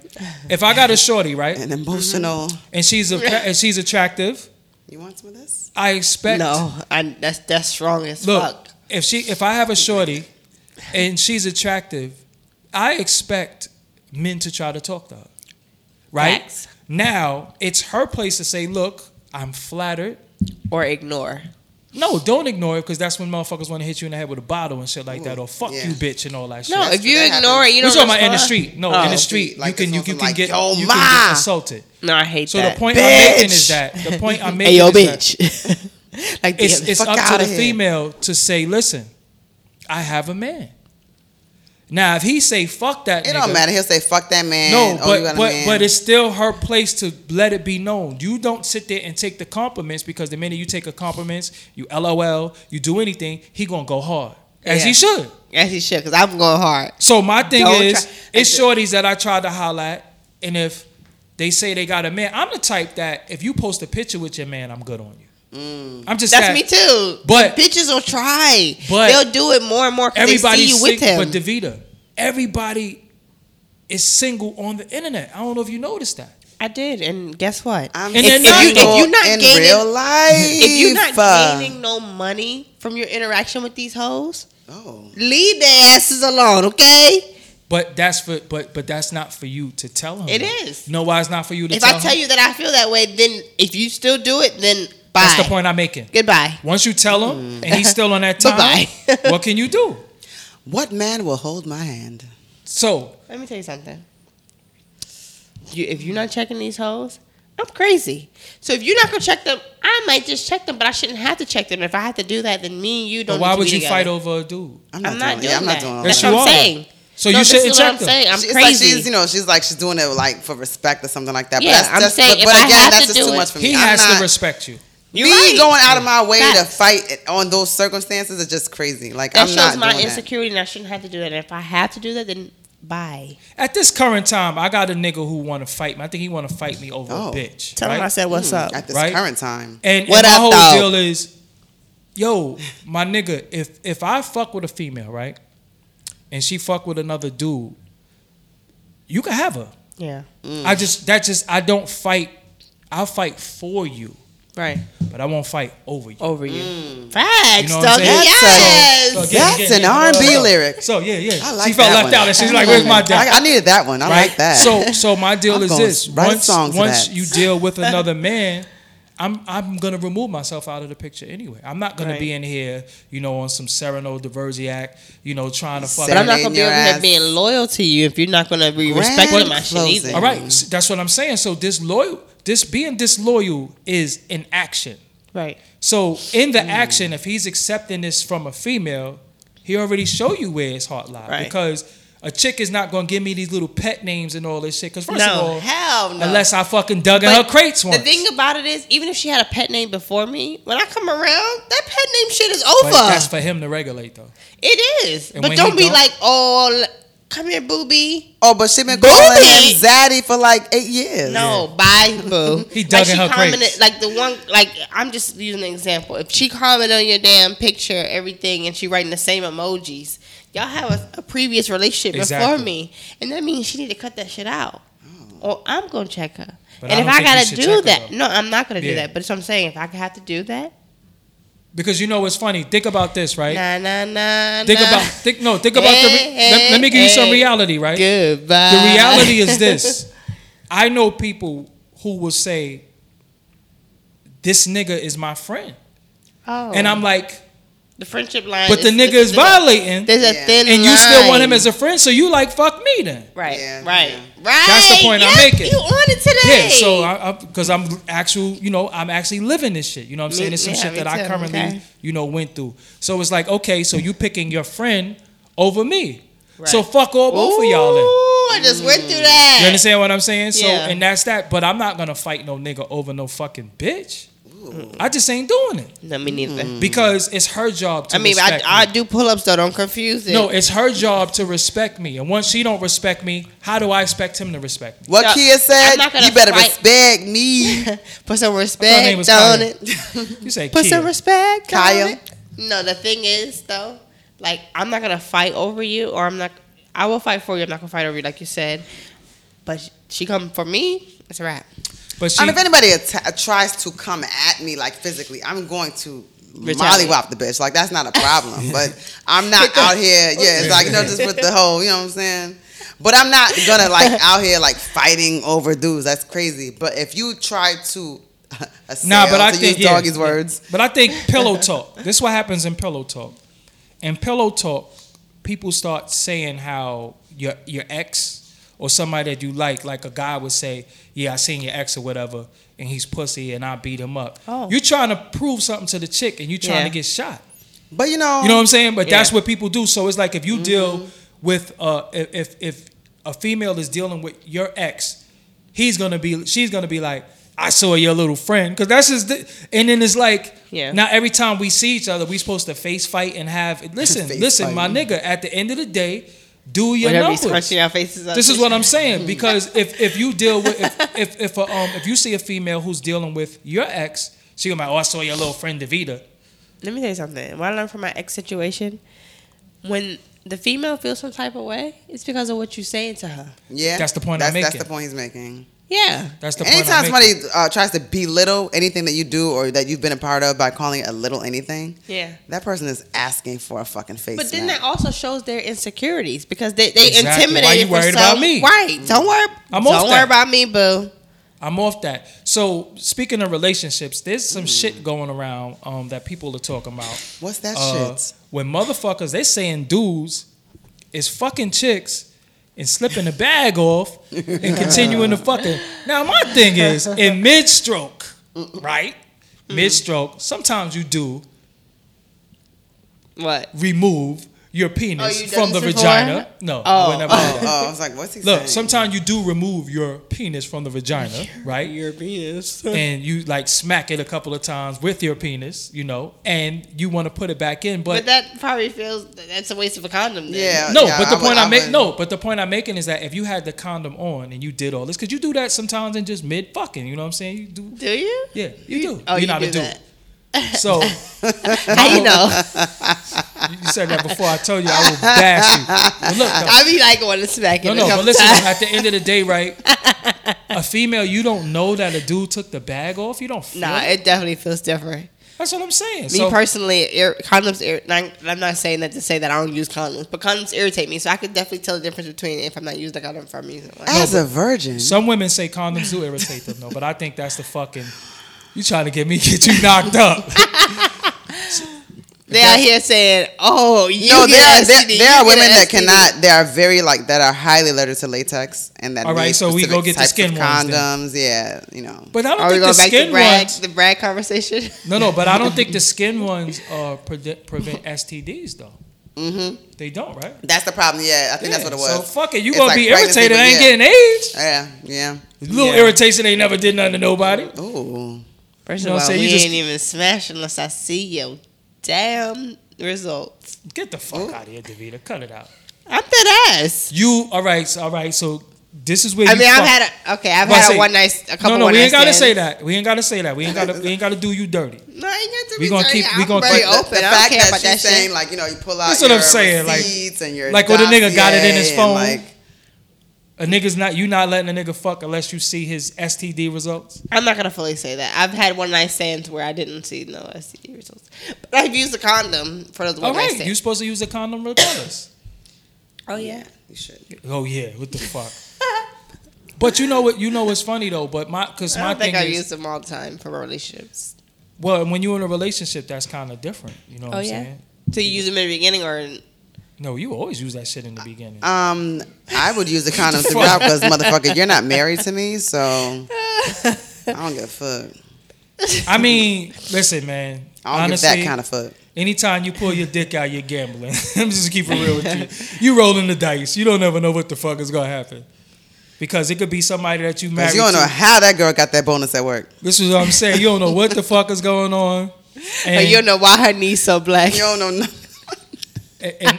A: If I got a shorty, right,
C: an emotional.
A: and she's a, and she's attractive,
C: You want some of this?
A: I expect
B: No, I, that's that's strong as
A: Look,
B: fuck.
A: if she if I have a shorty and she's attractive, I expect men to try to talk to her. Right?
B: Facts.
A: Now, it's her place to say, "Look, I'm flattered."
B: Or ignore.
A: No, don't ignore it because that's when motherfuckers want to hit you in the head with a bottle and shit like that, or fuck
C: yeah.
A: you, bitch, and all that shit.
B: No,
C: That's
B: if you
C: what
B: ignore
C: happens.
B: it,
A: We're
B: you don't.
A: talking about in the
B: respond.
A: street. No,
B: Oh.
A: in the street,
C: Like
A: you
C: this
A: can you
C: one
A: can,
C: from like,
A: get
C: "Yo,
A: you
C: ma!"
A: can get assaulted.
B: No, I hate
A: So
B: that.
A: the point I'm making is
C: Bitch.
A: that the point I'm making
B: Hey, yo,
A: is that
B: bitch. like,
A: it's,
B: damn,
A: it's
B: fuck
A: up to
B: outta
A: the
B: here.
A: female to say, listen, I have a man. Now, if he say fuck that,
C: It
A: nigga,
C: don't matter. He'll say fuck that man.
A: No,
C: oh,
A: but
C: you got a
A: but
C: man.
A: but it's still her place to let it be known. You don't sit there and take the compliments because the minute you take a compliments, you lol, you do anything, he gonna go hard as
B: Yeah.
A: he should.
B: Yes, you should, because I'm going hard.
A: So my thing
B: Don't
A: is,
B: try-
A: it's shorties that I try to holla at, and if they say they got a man, I'm the type that if you post a picture with your man, I'm good on you. I'm just
B: That's
A: that-
B: me too.
A: But-
B: bitches will try.
A: But-
B: they'll do it more and more. 'cause They
A: Everybody
B: see you with him.
A: But Davida, everybody is single on the internet. I don't know if you noticed that.
B: I did, and guess what?
C: I'm
A: And
C: and
A: then
C: then
A: if you- if
B: you're not
C: in
B: gaining-
C: real life.
B: if you're not
C: uh,
B: gaining no money from your interaction with these hoes,
C: oh,
B: leave their asses alone, okay?
A: But that's for but but that's not for you to tell him.
B: It
A: that.
B: is.
A: No, why it's not for you to
B: if
A: tell
B: I tell
A: him?
B: you that I feel that way, then if you still do it, then bye.
A: That's the point I'm making.
B: Goodbye.
A: Once you tell him and he's still on that time,
B: Mm. Bye-bye.
A: what can you do?
C: what man will hold my hand?
A: So
B: Let me tell you something. You, if you're not checking these hoes, I'm crazy. So if you're not gonna check them, I might just check them, but I shouldn't have to check them. If I have to do that, then me and you don't.
A: but why
B: need to
A: would
B: be
A: you
B: together.
A: fight over a dude?
C: I'm
B: I'm not doing
C: yeah, I'm
B: that.
C: not doing all
B: That's
A: that.
B: what
A: Yes,
B: I'm
A: you are.
B: saying.
A: So
B: No,
A: you
B: this
A: shouldn't
B: is what
A: check
B: I'm
A: them.
B: saying. I'm
C: She- it's like
B: crazy.
C: she's, you know, she's like she's doing it like for respect or something like that.
B: Yeah,
C: but that's,
B: I'm
C: that's,
B: saying
C: but,
B: if
C: but
B: I
C: again,
B: have
C: that's
B: to
C: just
B: do
C: too
B: it-
C: much for me.
A: He
C: I'm
A: has
C: not,
A: to respect you.
B: You
C: me
B: right.
C: going out of my way to
B: Facts.
C: fight it on those circumstances is just crazy. Like
B: That
C: I'm
B: shows
C: not
B: my
C: doing
B: insecurity, and I shouldn't have to do that. And if I have to do that, then bye.
A: At this current time, I got a nigga who want to fight me. I think he want to fight me over
C: Oh.
A: a bitch.
B: Tell him Mm. I
A: right?
B: said what's
C: that.
B: up.
C: At this
A: Right?
C: current time,
A: And,
B: What
A: and my
B: up,
A: whole
B: though?
A: deal is, yo, my nigga, if if I fuck with a female, right, and she fuck with another dude, you can have her.
B: yeah,
C: Mm.
A: I just that just I don't fight. I'll fight for you.
B: Right.
A: but I won't fight over you.
B: Over you. Facts,
A: You know what I'm
B: doggy.
A: saying?
B: Yes.
A: So again,
C: That's
A: again,
C: an
A: again,
C: R&B
A: so-
C: lyric.
A: So yeah, yeah.
C: I like
A: she felt
C: that
A: left
C: one.
A: out, and she's like, "Where's my dad?"
C: I, I needed that one. I like that.
A: So so my deal
C: I'm
A: is
C: gonna
A: this:
C: write
A: once
C: songs for
A: once
C: that.
A: you deal with another man, I'm I'm gonna remove myself out of the picture anyway. I'm not gonna be
B: Right.
A: in here, you know, on some Sereno Diverziac, you know, trying to fuck.
B: But I'm not
C: Serenade
B: gonna be
C: your
B: over
C: ass.
B: here being loyal to you if you're not gonna be respecting my shit
C: closing.
B: either.
A: All right, s- that's what I'm saying. So disloyal, this being disloyal is an action.
B: Right.
A: So in the action, if he's accepting this from a female, he already show you where his heart lies
B: Right.
A: because. A chick is not gonna give me these little pet names and all this shit. Cause first
B: No,
A: of all,
B: hell no.
A: unless I fucking dug in
B: But
A: her crates once.
B: The thing about it is, even if she had a pet name before me, when I come around, that pet name shit is over.
A: But that's for him to regulate, though.
B: it is.
A: And
B: But
A: when
B: don't
A: he
B: be
A: don't-
B: like, oh, l- come here, booby.
C: Oh, but she been
B: Booby.
C: calling him Zaddy for like eight years.
B: No, bye, boo.
A: He dug
B: like
A: in
B: she
A: her
B: commented,
A: crates.
B: Like the one, like I'm just using an example. If she commented on your damn picture, everything, and she writing the same emojis, y'all have a, a previous relationship
A: Exactly. Oh.
B: before me, and that means she need to cut that shit out. Or I'm gonna check her.
A: But I
B: and if
A: don't
B: I
A: think you
B: gotta
A: should
B: do
A: check her,
B: that,
A: though.
B: no, I'm not gonna
A: Yeah.
B: do that. But it's what I'm saying. If I have to do that,
A: Because you know what's funny? Think about this, right?
B: nah, nah, nah.
A: Think
B: nah.
A: about think no, think about the re-
B: Hey,
A: let, let me give you some
B: hey.
A: reality, right?
B: Goodbye.
A: The reality is this. I know people who will say this nigga is my friend.
B: oh,
A: And I'm like,
B: the friendship line.
A: but the nigga is violating
B: There's a
C: Yeah.
B: thin
A: and you still want
B: line.
A: him as a friend, so you like fuck me then.
B: Right,
C: Yeah,
B: right,
C: yeah.
B: right.
A: That's the point I'm
B: Yep,
A: making.
B: You on it today?
A: Yeah, so I, I, because I'm actual, you know, I'm actually living this shit. You know what I'm saying?
B: Me-
A: It's some
B: yeah,
A: shit
B: me
A: that I
B: too,
A: currently,
B: okay.
A: you know, went through. So it's like, okay, so you picking your friend over me. So
B: Right.
A: fuck all both of y'all then.
B: Ooh, I just went through that.
A: You understand what I'm saying? So
B: Yeah.
A: and that's that. But I'm not gonna fight no nigga over no fucking bitch. I just ain't doing it
B: No, me neither.
A: because it's her job to.
B: Mm. I mean, I,
A: respect
B: I
A: me.
B: do pull ups though. Don't confuse it.
A: No, it's her job to respect me. And once she don't respect me, how do I expect him to respect me?
C: What
B: No,
C: Kia said,
B: I'm not gonna
C: you better
B: fight.
C: respect me.
B: put some
A: her name
B: respect
A: was
B: on
A: Kaya.
B: it.
A: You say,
B: put
A: "Kid,
B: some respect,
C: Kaya.
B: On it. No, the thing is though, like I'm not gonna fight over you, or I'm not. I will fight for you. I'm not gonna fight over you, like you said. But she come for me. It's a wrap.
A: but
C: I
A: she,
C: mean, if anybody att- tries to come at me like physically, I'm going to
B: Retaliate.
C: mollywop the bitch. Like that's not a problem. but I'm not out here. Yeah, it's like you know, just with the whole. You know what I'm saying? But I'm not gonna like out here like fighting over dudes. That's crazy. But if you try to, assail,
A: nah, but I
C: to
A: think
C: use
A: yeah,
C: doggy's
A: yeah.
C: words.
A: But I think pillow talk. This is what happens in pillow talk. In pillow talk, people start saying how your your ex or somebody that you like, like a guy would say, "Yeah, I seen your ex or whatever, and he's pussy, and I beat him up."
B: Oh.
A: You're trying to prove something to the chick, and you're trying
B: Yeah.
A: to get shot.
C: But you know,
A: You know what I'm saying? But that's
B: Yeah.
A: what people do. So it's like if you deal with uh, if if- if a female is dealing with your ex, he's gonna be she's gonna be like, I saw your little friend because that's his. Di-. And then it's like,
B: Yeah.
A: Now every time we see each other, we supposed to face fight and have listen,
C: Face
A: listen,
C: fight.
A: my nigga. At the end of the day, do your
B: Whatever he's
A: numbers.
B: crunching our faces up.
A: This is what I'm saying because if if you deal with if if if, a, um if you see a female who's dealing with your ex, she gonna be like, oh, I saw your little friend Davita.
B: Let me tell you something. What I learned from my ex situation, when the female feels some type of way, it's because of what you're saying to her.
C: yeah,
A: That's the point
C: that's,
A: I'm
C: That's the
A: making.
C: point he's making.
B: Yeah.
A: That's the point.
C: Anytime
A: I'm making.
C: somebody uh, tries to belittle anything that you do or that you've been a part of by calling it a little anything,
B: Yeah.
C: that person is asking for a fucking face.
B: But then
C: smack.
B: that also shows their insecurities because they they
A: Exactly. Why
B: intimidated
A: you
B: for
A: worried
B: some-
A: about me?
B: Right. Don't worry.
A: I'm off
B: don't
A: that.
B: worry about me, boo.
A: I'm off that. So speaking of relationships, there's
B: Hmm.
A: some shit going around um, that people are talking about.
C: What's that
A: Uh,
C: shit?
A: When motherfuckers, they saying dudes is fucking chicks and slipping the bag off and continuing to fucking. Now my thing is in mid stroke, right? Mid stroke. Sometimes you do
B: What?
A: remove your penis
B: Oh, you done
A: from the
B: this before?
A: vagina. No, I would
B: Oh.
A: never do that.
C: Oh, I was like, what's he
A: Look,
C: saying?
A: sometimes you do remove your penis from the vagina, right?
B: penis.
A: and you like smack it a couple of times with your penis, you know, and you want to put it back in, but,
B: But that probably feels that's a waste of a condom. Then.
C: Yeah.
A: no.
C: yeah,
A: but the
C: I
A: point
C: would- I
A: I make
C: would-
A: no. But the point I'm making is that if you had the condom on and you did all this, because you do that sometimes in just mid fucking, you know what I'm saying? You do,
B: Do you?
A: yeah, you do.
B: Oh, you
A: not
B: do
A: a dude.
B: that.
A: So
B: How you know?
A: you said that before. I told you I will bash you. But look, though,
B: I be like want to smack it.
A: No, no, but listen, at the end of the day, right? a female you don't know that a dude took the bag off, you don't feel
B: Nah,
A: it.
B: it definitely feels different.
A: That's what I'm saying.
B: Me
A: so,
B: personally, ir- condoms. Ir- not- I'm not saying that to say that I don't use condoms, but condoms irritate me, so I could definitely tell the difference between if I'm not using a condom if I'm using one.
C: As a virgin,
A: some women say condoms do irritate them though, but I think that's the fucking you trying to get me get you knocked up.
B: They out here saying, "Oh, you
C: no, there
B: get
C: are, there,
B: STD,
C: there are
B: you get
C: women
B: a
C: that
B: STD."
C: cannot. They are very like that are highly allergic to latex and that.
A: All right,
C: need
A: so we go
C: specific
A: get the
C: types of
A: skin ones then.
C: condoms. Yeah, you know.
A: But I don't
B: Are we
A: think the
B: going back to
A: skin
B: Brad,
A: ones.
B: the Brad conversation?
A: No, no, but I don't think the skin ones uh, pre- prevent STDs though.
C: hmm
A: They don't, right?
C: That's the problem. Yeah, I think that's
A: Yeah,
C: what it
A: So
C: was.
A: fuck it, you
C: It's
A: gonna
C: like
A: be
C: pregnancy,
A: irritated?
C: but
A: I ain't
C: yeah.
A: getting AIDS.
C: yeah, yeah.
A: Little
C: Yeah.
A: irritation ain't never did nothing to nobody.
C: Ooh.
B: First
A: You
B: of
A: know what I'm
B: all, we
A: saying? You just-
B: ain't even smash unless I see your damn results.
A: Get the fuck out of here, Davita. Cut it out.
B: I'm that ass.
A: You all right? So, all right. So this is where
B: I
A: you
B: mean, I've
A: fuck-
B: had a okay. I've
A: But I
B: had
A: say-
B: a one night, a couple
A: no, no.
B: one
A: We
B: night
A: ain't gotta
B: stands.
A: say that. We ain't gotta say that. We ain't gotta. We ain't gotta do you dirty.
B: No, I ain't got to
A: We
B: be
A: gonna
B: dirty.
A: keep- we
B: I'm
A: gonna
B: very
A: keep-
B: open.
C: the
B: I
C: fact
B: don't care
C: that
B: about
C: she's
B: that shit.
C: saying like you know you pull out
A: That's what I'm
C: your
A: saying, like-
C: receipts and your
A: like, when the nigga got it in his
C: dossier and,
A: phone.
C: like,
A: A nigga's not. You not letting a nigga fuck unless you see his STD results.
B: I'm not gonna fully say that. I've had one night stands where I didn't see no STD results, but I've used a condom for those
A: All
B: one night
A: Oh, right.
B: stands.
A: You supposed to use a condom regardless.
B: oh yeah.
C: you should.
A: oh yeah. What the fuck? But you know what? You know what's funny though. But my because
B: I
A: my
B: don't think
A: thing
B: I
A: is
B: use them all the time for relationships.
A: well, and when you're in a relationship, that's kind of different. You know what
B: Oh,
A: I'm
B: yeah?
A: saying?
B: So you use them in the beginning or in,
A: No, you always use that shit in the beginning.
C: Um, I would use the condom throughout because motherfucker, you're not married to me, so I don't give a fuck.
A: I mean, listen, man.
C: I don't
A: honestly,
C: give that kind of fuck.
A: anytime you pull your dick out, you're gambling. I'm just keep it real with you. You rolling the dice. You don't ever know what the fuck is gonna happen. Because it could be somebody that you married.
C: Cause you don't know
A: to.
C: how that girl got that bonus at work.
A: This is what I'm saying. You don't know what the fuck is going on.
B: But
A: And,
B: you don't know why her knee's so black.
C: You don't know. No-
A: and,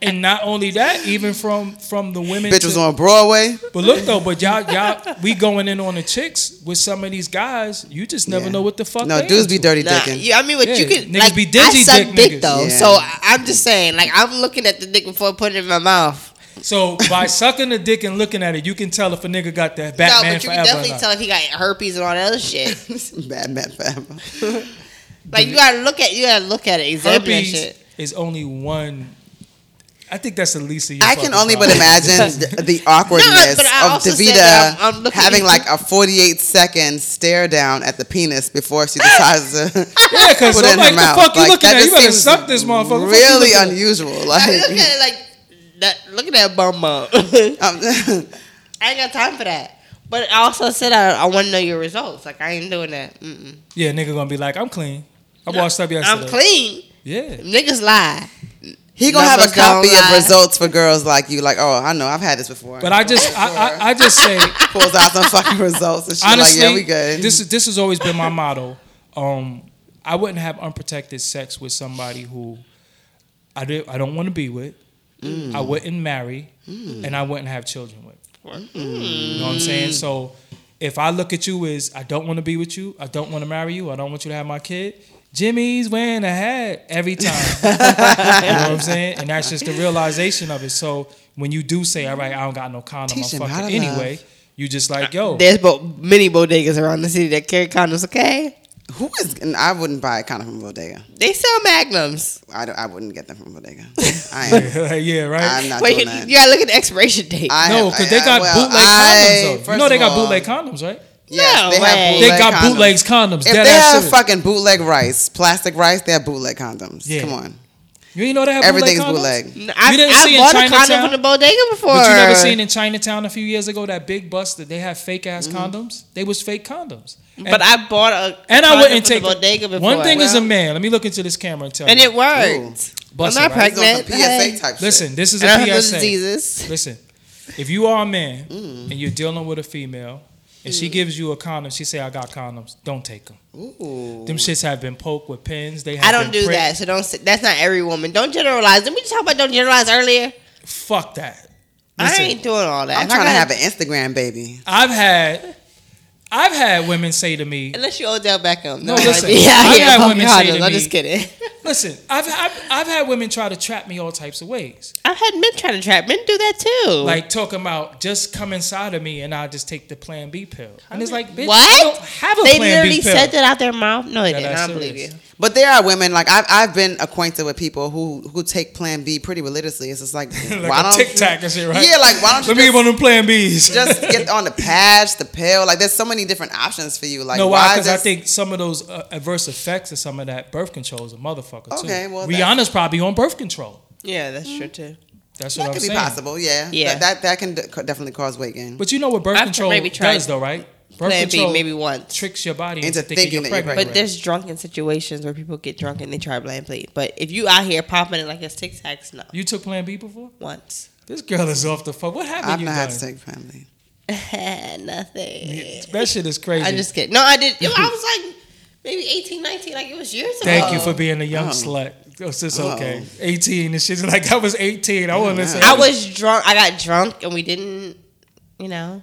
A: and not only that, even from from the women.
C: bitch
A: to-
C: was on Broadway.
A: But look though, but y'all y'all we going in on the chicks with some of these guys. You just never
C: Yeah.
A: know what the fuck.
C: No,
A: they
C: dudes
A: into.
C: be dirty
B: Nah,
C: dicking.
B: yeah, I mean, but you
A: Yeah,
B: could
A: niggas
B: like
A: be dingy
B: I suck
A: dick
B: dick
A: niggas.
B: though,
C: Yeah.
B: so I- I'm just saying, like I'm looking at the dick before putting it in my mouth.
A: So by sucking the dick and looking at it, you can tell if a nigga got that Batman
B: no, but you
A: forever.
B: can
A: or
B: definitely
A: not.
B: tell if he got herpes and all that other shit.
C: bad, bad forever.
B: like you gotta look at you gotta look at it, examine that
A: herpes
B: shit.
A: is only one. I think that's the least of your
C: I
A: fucking
C: can only but
A: problems.
C: imagine th- the awkwardness
B: No, but I
C: of
B: also said that
C: Davita
B: I'm- I'm looking-
C: having like a 48 second stare down at the penis before she decides to
A: Yeah, because
C: put it
A: I'm
C: in
A: like,
C: her
A: the
C: mouth.
A: fuck you
C: Like,
A: looking
C: that
A: at? You
C: just
A: better
C: seems
A: suck this motherfucker. What the fuck you
C: Really
A: looking at?
C: unusual.
B: I mean, look
C: Like,
B: at it like that. Look at that bum bum. I
C: um,
B: ain't got time for that. But I also said I, I want to know your results. Like I ain't doing that. Mm-mm.
A: Yeah, nigga gonna be like, I'm clean. I washed up yesterday.
B: I'm clean.
A: Yeah.
B: Niggas lie.
C: he gonna have a
B: Numbers don't
C: copy of
B: lie.
C: results for girls like you. Like, oh, I know, I've had this before.
A: But I just, I, I, I just say,
C: pulls out some fucking results and she's
A: honestly,
C: like, yeah, we good.
A: this is this has always been my motto. Um, I wouldn't have unprotected sex with somebody who I do, I don't want to be with. I
C: Mm.
A: wouldn't marry, and I wouldn't have children with.
C: Mm.
A: You know what I'm saying? So if I look at you as I don't want to be with you, I don't want to marry you, I don't want you to have my kid. Jimmy's wearing a hat every time. you know what I'm saying? And that's just the realization of it. So when you do say, "All right, I don't got no condom, I'm
C: Teach him how
A: fucking
C: to love.
A: anyway," you just like, "Yo,
B: There's bo- many bodegas around the city that carry condoms. Okay,
C: Who is? And I wouldn't buy a condom from Bodega.
B: they sell magnums.
C: I, don't- I wouldn't get them from Bodega. I am.
A: yeah, right."
C: I'm not
B: Wait, you,
C: doing that.
B: you gotta look at the expiration date.
C: I
A: No,
C: have-
A: because they
C: I-
A: got
C: well,
A: bootleg
C: I-
A: condoms. Though. You
C: first
A: know they
C: of
A: got
C: all,
A: bootleg condoms, right?
C: Yes, they
B: No way.
C: have
A: They
C: bootleg
A: got
C: condoms.
A: bootlegs condoms.
C: If
A: dead
C: they
A: ass
C: have
A: serious.
C: fucking bootleg rice, plastic rice, they have bootleg condoms.
A: Yeah.
C: Come on,
A: you ain't know they have
C: everything's
A: bootleg.
C: bootleg.
A: Condoms?
B: No, I,
A: You didn't
B: I
A: see in
B: bought a
A: Chinatown?
B: condom from the bodega before.
A: But you never seen in Chinatown a few years ago that big bus that they have fake ass
C: Mm-hmm.
A: condoms? They was fake condoms. And,
B: But I bought a
A: and I
B: condom
A: wouldn't
B: from
A: take
B: the bodega before.
A: One thing is a man. Let me look into this camera and tell
B: and
A: you.
B: it worked.
A: Bust
B: I'm
A: it,
B: not
A: right?
C: It's on some
B: pregnant.
C: PSA type shit.
A: Listen, this is
B: I don't have
A: a
B: those
A: PSA.
B: diseases.
A: Listen, if you are a man
C: Mm.
A: and you're dealing with a female and she gives you a condom, she say, "I got condoms. Don't take them.
C: Ooh.
A: Them shits have been poked with pins. They have
B: I don't
A: been
B: do
A: pricked.
B: that, so don't. say- That's not every woman. Don't generalize. Didn't we just talk about don't generalize earlier?
A: Fuck that.
B: I
A: Listen,
B: ain't doing all that.
C: I'm
B: If I
C: trying to
B: gotta-
C: have an Instagram baby.
A: I've had I've had women say to me,
B: Unless you're Odell Beckham.
A: No,
B: No,
A: listen,
B: listen. Yeah,
A: I've
B: yeah.
A: had
B: fuck
A: women say to
B: condoms. I'm
A: me-
B: just kidding.
A: Listen, I've, I've I've had women try to trap me all types of ways.
B: I've had men try to trap men do that too.
A: Like talking about just come inside of me and I'll just take the Plan B pill. And it's like, bitch,
B: what?
A: I don't have a
B: they
A: Plan
B: literally
A: B pill.
B: said that out their mouth. No, they
A: No,
B: didn't. I
A: that's
B: don't believe you.
A: serious.
C: But there are women like I've I've been acquainted with people who who take Plan B pretty religiously. It's just like,
A: like
C: why
A: a
C: don't
A: Tic Tac and shit, right?
C: Yeah, like why don't you
A: Let me
C: just,
A: get one of them Plan Bs.
C: just get on the patch, the pill? Like there's so many different options for you. Like
A: no, why? Because I
C: just-
A: think some of those uh, adverse effects of some of that birth control is a motherfucker too.
C: Okay, well, that's-
A: Rihanna's probably on birth control.
B: Yeah, that's true too.
A: That's what
C: that
A: I'm
C: could be
A: saying.
C: possible. Yeah,
B: Yeah.
C: That that, that can de- definitely cause weight gain.
A: But you know what birth
B: I've
A: control
B: maybe tried
A: does, though, right? Birth
B: Plan B
A: control
B: maybe once.
A: tricks your body
C: Into
A: into thinking,
C: thinking that
A: you're
C: you're
A: pregnant.
B: But there's drunken situations where people get drunk and they try Plan B. But if you out here popping it like it's Tic Tacs, no.
A: you took Plan B before?
B: Once.
A: This girl is off the fuck. What happened?
C: I've
A: you
C: not
A: done?
C: had to take Plan B.
B: Nothing.
A: That shit is crazy.
B: I just kidding. No, I did. I was like maybe 18, 19. Like it was years ago.
A: Thank you for being a young
C: Oh.
A: slut. Oh, sis,
C: Oh.
A: okay. 18 and shit. Like, I was 18. I wasn't listening.
B: I was drunk. I got drunk and we didn't, you know.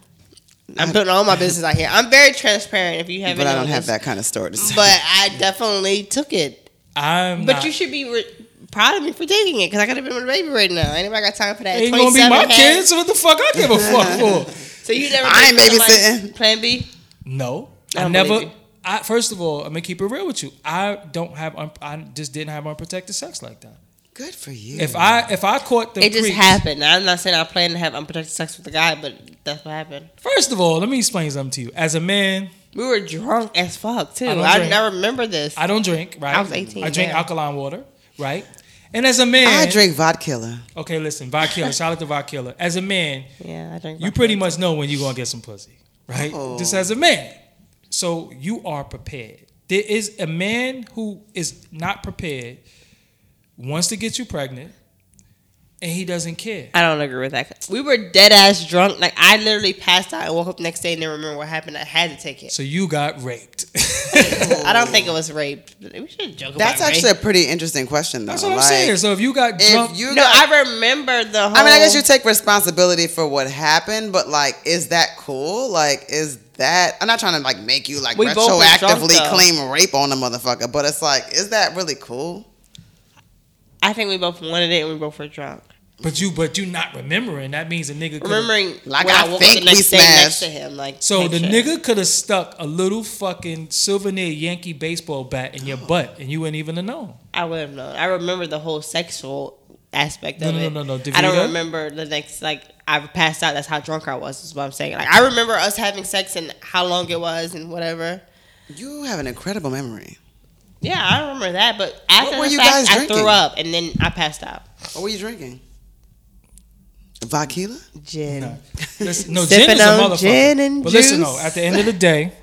B: I'm putting all my business out here. I'm very transparent if you haven't.
C: But I don't
B: noticed.
C: have that kind of story. To say.
B: But I definitely took it.
A: I'm
B: But
A: not-
B: you should be re- proud of me for taking it because I could have been with a baby right now. Ain't nobody got time for that.
A: Ain't gonna be
B: 27
A: my
B: had-
A: kids. What the fuck I give a fuck for?
B: So you never.
C: I ain't
B: been somebody's
C: babysitting.
B: Plan B.
A: No,
B: I
A: I,
B: don't believe
A: never.
B: you.
A: I first of all, I'm gonna keep it real with you. I don't have. Un, I just didn't have unprotected sex like that.
C: Good for you.
A: If I if I caught the
B: It just
A: creeps-
B: happened. I'm not saying I plan to have unprotected sex with the guy, but that's what happened.
A: First of all, let me explain something to you. As a man,
B: We were drunk as fuck too.
A: I don't
B: I,
A: drink.
B: never remember this.
A: I don't drink. Right.
B: I was 18,
A: I drink
B: yeah.
A: alkaline water. Right. And as a man,
C: I drink vodka.
A: Okay, listen, Vodkilla. shout out to Vodkilla. As a man,
B: yeah, I drink.
A: you pretty much know when you're gonna get some pussy, right?
C: Oh.
A: Just as a man, so you are prepared. There is a man who is not prepared wants to get you pregnant, and he doesn't care.
B: I don't agree with that. We were dead ass drunk. Like I literally passed out and woke up the next day and didn't remember what happened. I had to take it.
A: So you got raped.
B: I don't think it was rape. We should joke
C: That's
B: about
C: actually
B: rape.
C: a pretty interesting question, though.
A: That's what I'm
C: Like,
A: saying. So if you got drunk,
C: If you
B: no.
C: got-
B: I remember the whole.
C: I mean, I guess you take responsibility for what happened, but like, is that cool? Like, is that? I'm not trying to like make you like
B: We both were drunk,
C: retroactively
B: though.
C: claim rape on a motherfucker, but it's like, is that really cool?
B: I think we both wanted it and we both were drunk.
A: but you but you not remembering, that means a nigga. Could've,
B: Remembering
C: Like,
B: when
C: I
B: I, woke up
C: think
B: the
C: we
B: next day next
C: smashed.
B: to him. Like
A: So
B: like
A: the
B: shit.
A: nigga could have stuck a little fucking souvenir Yankee baseball bat in your butt, and you wouldn't even have known.
B: I would have known. I remember the whole sexual aspect
A: No,
B: of
A: no, no,
B: it.
A: no, no.
B: I
A: DeVita?
B: don't remember the next like I passed out. That's how drunk I was. Is what I'm saying. Like I remember us having sex and how long it was and whatever.
C: You have an incredible memory.
B: Yeah, I remember that. But after
C: were
B: the
C: you
B: fact,
C: guys
B: I
C: drinking?
B: threw up and then I passed out.
C: What were you drinking? Vodka?
B: Gin.
A: No. Listen, no,
B: Sipping
A: gin is a
B: on
A: motherfucker.
B: gin and
A: but listen, though,
B: juice.
A: at the end of the day,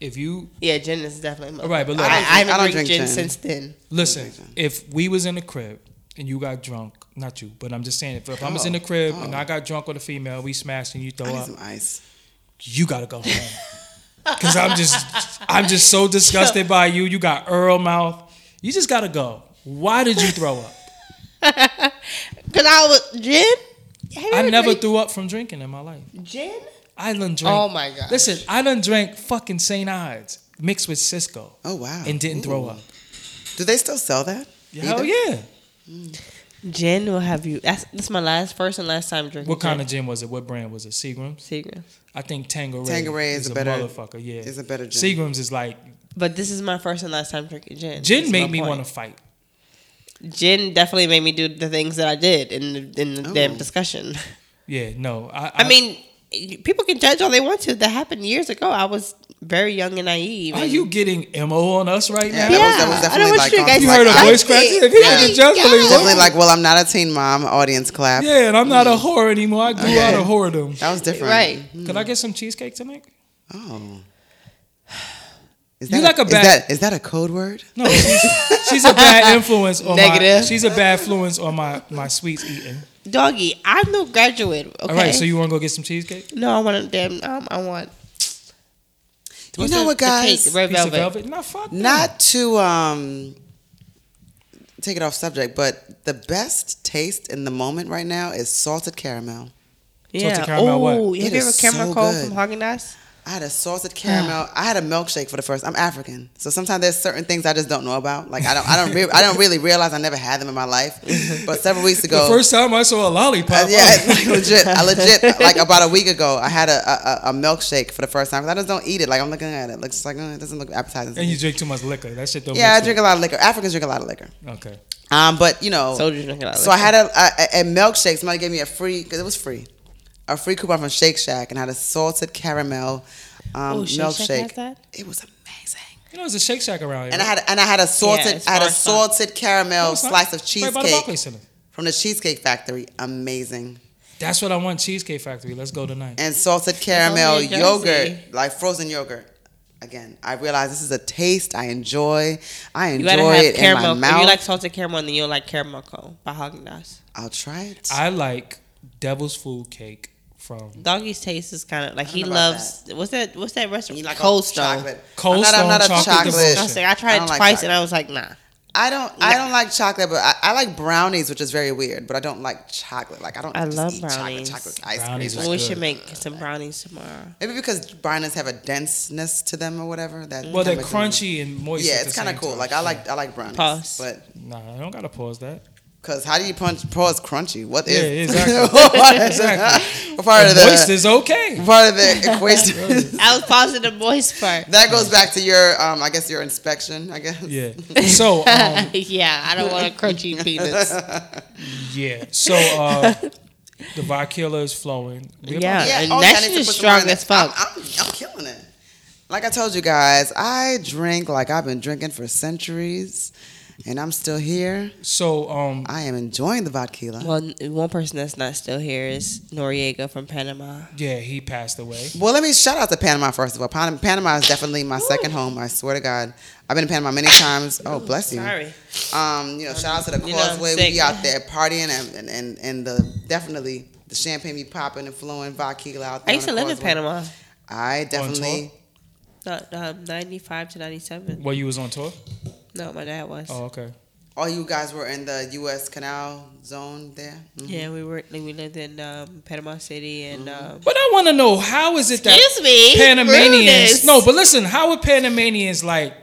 A: if you
B: Yeah, gin is definitely.
A: All right, but look-
B: I, I haven't
C: I don't
B: drank
C: drink
B: gin,
C: gin.
B: since then.
A: listen, if we was in the crib and you got drunk, not you, but I'm just saying, if, if I was in the crib and I got drunk with a female, we smashed and you throw
C: I need
A: up,
C: some ice.
A: you gotta go home. Cause I'm just, I'm just so disgusted by you. You got Earl mouth. You just gotta go. Why did you throw up?
B: Cause I was gin. Have you
A: I
B: ever
A: never
B: drank
A: threw up from drinking in my life.
B: gin.
A: I done drank.
B: Oh my gosh.
A: Listen, I done drank fucking St. Ides mixed with Cisco
C: Oh wow!
A: and didn't throw
C: Ooh.
A: up.
C: Do they still sell that?
A: Hell
C: Either?
A: yeah.
B: Gin will have you. That's this is my last, first and last time drinking.
A: What kind of gin was it? What brand was it? Seagram's.
B: secret?
A: I think Tangeray.
C: Tanqueray is
A: is
C: a
A: a,
C: better-
A: motherfucker. Yeah,
C: is a better gin.
A: Seagram's is like
B: But this is my first and last time drinking gin.
A: gin
B: That's my
A: made me
B: point.
A: want to fight.
B: Gin definitely made me do the things that I did in the, in the damn
C: Oh.
B: discussion.
A: Yeah, no, I, I,
B: I mean, people can judge all they want to. That happened years ago. I was very young and naive.
A: are
B: and-
A: you getting mo on us right now?
C: Yeah, that was, that
B: Yeah, I
C: was definitely
B: don't want
C: like
B: you
C: um,
B: guys
A: You
C: like,
A: heard a
C: I-
A: voice crack? If he
C: Yeah.
A: was just believe
C: Definitely
A: it.
C: like, well, I'm not a teen mom. Audience clap.
A: Yeah, and I'm not a whore anymore. I grew out of whoredom.
C: That was different.
B: right?
A: Can I get some cheesecake tonight?
C: Oh. Is
A: You like a
C: is
A: bad-
C: that, is that a code word?
A: No, she's, she's a bad influence on my.
B: Negative.
A: She's a bad influence on my my sweets eating.
B: Doggy, I'm no graduate. Okay.
A: All right, so you want to go get some cheesecake?
B: no, I want a damn. Um, I want.
C: You know what,
B: the cake,
C: guys?
B: red
A: Piece of velvet?
B: velvet.
A: Nah, fuck. that.
C: Not to um take it off subject, but the best taste in the moment right now is salted caramel.
B: Yeah.
A: caramel what?
B: Ooh,
C: It
B: have you
C: is
B: ever caramel
C: so
B: cold
C: good.
B: from Haagen Dazs?
C: I had a salted caramel. I had a milkshake for the first. I'm African, so sometimes there's certain things I just don't know about. Like I don't, I don't, re- I don't really realize I never had them in my life. But several weeks ago,
A: The first time I saw a lollipop.
C: Uh, yeah,
A: I was
C: like, legit. I legit like about a week ago. I had a, a, a milkshake for the first time 'cause I just don't eat it. Like I'm looking at it, looks like uh, it doesn't look appetizing. to
A: And
C: me.
A: you drink too much liquor. That shit don't.
C: yeah, I
A: make
C: drink a lot of liquor. Africans drink a lot of liquor.
A: sense. Okay.
C: Um, but you know,
B: So you drink a lot of
C: so I had a, a, a milkshake. Somebody gave me a free because it was free, a free coupon from Shake Shack and had a salted caramel um,
B: Oh, Shake Shack
C: milkshake.
B: has that?
C: It was amazing.
A: You know, there's a Shake Shack around here.
C: And I had and I had a salted
B: it's
C: I had
B: far
C: a
B: as fuck.
C: salted caramel
A: No, it's not.
C: slice of
A: Right by the Barclays
C: cheesecake
A: Center.
C: from the Cheesecake Factory. Amazing.
A: That's what I want. Cheesecake Factory. Let's go tonight.
C: and salted caramel
B: only in
C: yogurt,
B: Jersey.
C: like frozen yogurt. Again, I realize this is a taste I enjoy. I
B: You gotta
C: enjoy
B: have
C: it in my
B: caramel. If
C: mouth.
B: you like salted caramel, and then you'll like caramel cone by Haagen Dazs.
C: I'll try it.
A: I like Devil's Food Cake from
C: Mm,
B: Doggy's taste is kind of like he
C: know about
B: loves. What's that? What's that restaurant?
C: You like
B: Cold
C: a
B: Stone.
C: chocolate.
A: Cold
C: I'm not,
A: Stone
C: I'm not a
A: chocolate
C: chocolate.
A: devotion.
B: I was like, I
C: I
B: tried
C: don't
B: it
C: like
B: twice,
C: chocolate.
B: and I was like, nah.
C: I don't. I don't like chocolate, but I, I like brownies, which is very weird. But I don't like chocolate. Like I don't.
B: I
C: just
B: love
C: eat
B: brownies.
C: Chocolate, chocolate ice
A: Brownies
C: cream.
A: is
B: we
C: Like,
A: good.
B: should make some brownies tomorrow.
C: maybe because brownies have a denseness to them or whatever. That
A: Well, they're
C: kinda makes it-
A: crunchy and moist.
C: Yeah,
A: at the
C: it's kind of
A: same
C: cool.
A: time.
C: Like I like. I like brownies.
B: Pause.
C: But
A: Nah, I don't gotta pause that.
C: Because how do you punch pause crunchy? What is
A: Yeah, exactly.
C: what is
A: Exactly.
C: part of the
A: moist is okay.
C: part of the equation?
B: I was pausing the moist part.
C: that goes back to your, um, I guess your inspection. I guess.
A: Yeah. So um,
B: yeah, I don't want a crunchy penis.
A: yeah. So uh, the vodka killer is flowing. We're about-
B: Yeah. and
C: oh,
B: that
C: I need
B: shit
C: to
B: is
C: put some more in
B: strong as
C: it.
B: fuck.
C: I'm, I'm, I'm killing it. Like I told you guys, I drink like I've been drinking for centuries, and I'm still here.
A: So um,
C: I am enjoying the vodka. Well,
B: Well, n- one person that's not still here is Noriega from Panama.
A: yeah, he passed away.
C: let me shout out to Panama first of all. Pan- Panama is definitely my second home. I swear to God, I've been to Panama many times. Oh, bless you.
B: Sorry.
C: Um, you know, shout out to the
B: You know,
C: Causeway.
B: sick.
C: we out there partying and and, and, and the definitely the champagne be popping and flowing vodka out
B: I
C: there.
B: used to
C: on the
B: live in
C: Causeway.
B: Panama.
C: I definitely.
B: No, um, 95 to 97.
A: Well, you was on tour.
B: No, my dad was.
A: Oh, okay.
C: All you guys were in the U.S. Canal Zone there. Mhm.
B: Yeah, we were. Like, we lived in um, Panama City and. Um,
A: But I want to know how is it that
B: Excuse me,
A: Panamanians?
B: rudeness.
A: No, but listen, how are Panamanians like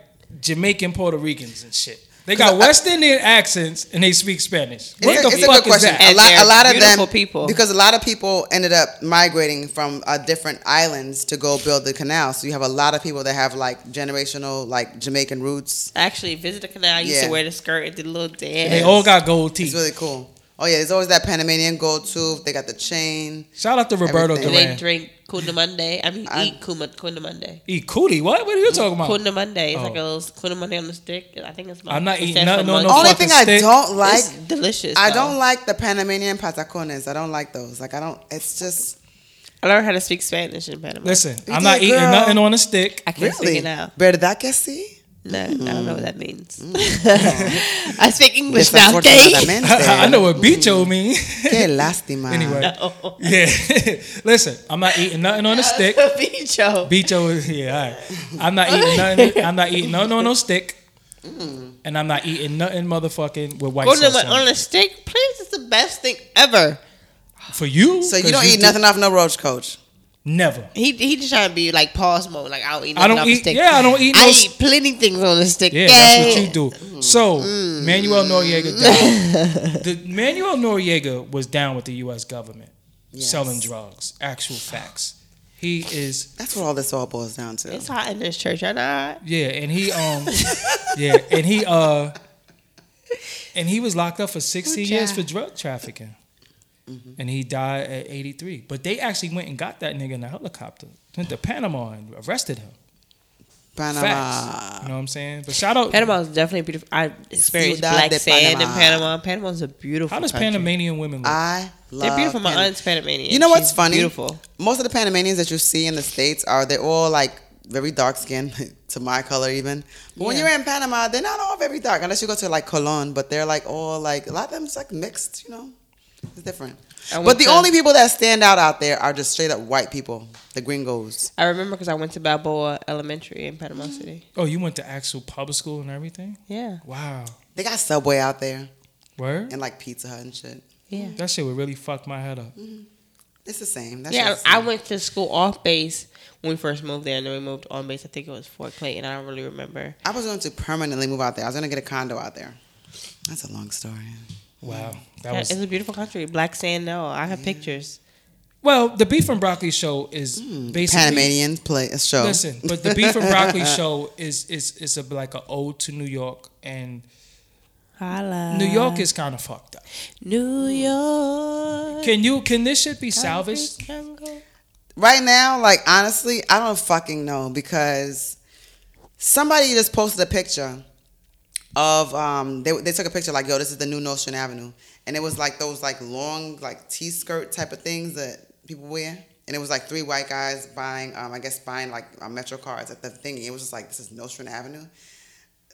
A: Jamaican Puerto Ricans and shit? They got
C: I-
A: West Indian accents and they speak Spanish. What
C: It's,
A: the
C: a, it's a
A: fuck
C: good question.
A: is that?
C: A
B: And
C: lot,
B: they're
C: a lot of
B: beautiful
C: them,
B: people.
C: because a lot of people ended up migrating from uh, different islands to go build the canal. So you have a lot of people that have like generational, like Jamaican roots.
B: I actually visited the canal. I used
C: Yeah.
B: to wear the skirt and did a little dance.
A: They all got gold
C: It's
A: teeth.
C: really cool. Oh yeah, there's always that Panamanian gold tooth. They got the chain.
A: Shout out to Roberto
C: everything.
B: And they
A: Duran.
B: drink Kunda Monday. I mean,
C: I-
B: eat Kuma, Kunda Monday.
A: Eat cootie. What? What are you talking about?
B: Kunda Monday. It's
A: Oh.
B: like a little Kunda Monday on the stick. I think it's.
A: I'm not
B: it's
A: eating
B: that
A: nothing
B: from
A: on no
B: Monkey.
C: Only
A: fucking
C: thing I
A: stick.
C: don't like
B: It's delicious.
C: I
B: though.
C: don't like the Panamanian patacones. I don't like those. Like I don't. It's just
B: I learned how to speak Spanish in Panama.
A: Listen,
C: You
A: I'm
C: did,
A: not eating
C: girl.
A: nothing on a stick.
B: I can't
C: really
B: speak it out.
C: verdad que sí.
B: No, I don't know what that means.
C: Mm.
B: I speak English now, okay?
A: I
C: Desafortunadamente.
A: know what bicho mean.
C: Qué lástima.
A: Anyway.
B: No.
A: yeah. Listen, I'm not eating nothing on a stick.
B: Bicho.
A: Bicho is yeah. All right. I'm not eating nothing. I'm not eating nothing on no stick. And I'm not eating nothing motherfucking with white
B: Kunda
A: sauce
B: Mon-
A: on
B: Oh, on
A: it.
B: a stick, please, it's the best thing ever.
A: For you,
C: So you
A: 'cause
C: don't eat
A: do-
C: nothing off no roach coach.
A: Never.
B: He he just trying to be like pause mode, like I don't eat
A: I
B: nothing
A: don't
B: off the
A: eat-
B: stick.
A: yeah, I don't eat
B: I
A: no s-
B: eat plenty things on the stick.
A: Yeah, that's what you do. So
C: Mm.
A: Manuel Noriega died. the Manuel Noriega was down with the U.S. government selling drugs. Actual facts. He is
C: That's what all this all boils down to.
B: It's hot in this church, I not.
A: Yeah, and he um yeah, and he uh and he was locked up for 60
B: Good
A: years
B: job.
A: for drug trafficking.
C: Mm-hmm.
A: And he died at 83. But they actually went and got that nigga in a helicopter. Went to Panama and arrested him.
C: Panama.
A: Facts. You know what I'm saying? But shout out
B: Panama is definitely beautiful. I experienced
C: Ciudad
B: black
C: de
B: sand
C: Panama.
B: in Panama. Panama is a beautiful.
A: How does
B: country.
A: Panamanian women look?
C: I love.
B: They're beautiful. My
C: Panama.
B: aunt's Panamanian.
C: You know what's
B: She's
C: funny?
B: Beautiful.
C: Most of the Panamanians that you see in the states are they're all like very dark skinned to my color even. But when
B: Yeah.
C: you're in Panama, they're not all very dark unless you go to like Colon. But they're like all like a lot of them's like mixed. You know, it's different.
B: I went
C: But the
B: to-
C: only people that stand out out there are just straight up white people, the gringos.
B: I remember because I went to Balboa Elementary in Panama City.
A: Oh, you went to actual public school and everything?
B: Yeah,
A: Wow.
C: They got Subway out there
A: Word?
C: and Mm-hmm. like Pizza Hut and shit.
B: yeah.
A: That shit would really fuck my head up.
C: It's the same. That's
B: Yeah,
C: just the
B: I
C: same.
B: went to school off base when we first moved there, and then we moved on base. I think it was Fort Clayton. I don't really remember.
C: I was going to permanently move out there. I was going to get a condo out there. That's a long story.
A: Wow, that
B: Yeah,
A: was
B: it's a beautiful country, black sand. No, I have pictures.
A: well. The beef and broccoli show is basically
C: Hmm. Mm. Panamanian play a show.
A: Listen, but the beef and broccoli show is is is a, like an ode to New York, and
B: Holla.
A: New York is kind of fucked up.
B: New York.
A: Can you can this shit be salvaged?
C: right now, like honestly, I don't fucking know because somebody just posted a picture of um they they took a picture like yo this is the new Notion Avenue and it was like those like long like t-skirt type of things that people wear and it was like three white guys buying um I guess buying like uh, Metro cards at the thing it was just like this is Notion Avenue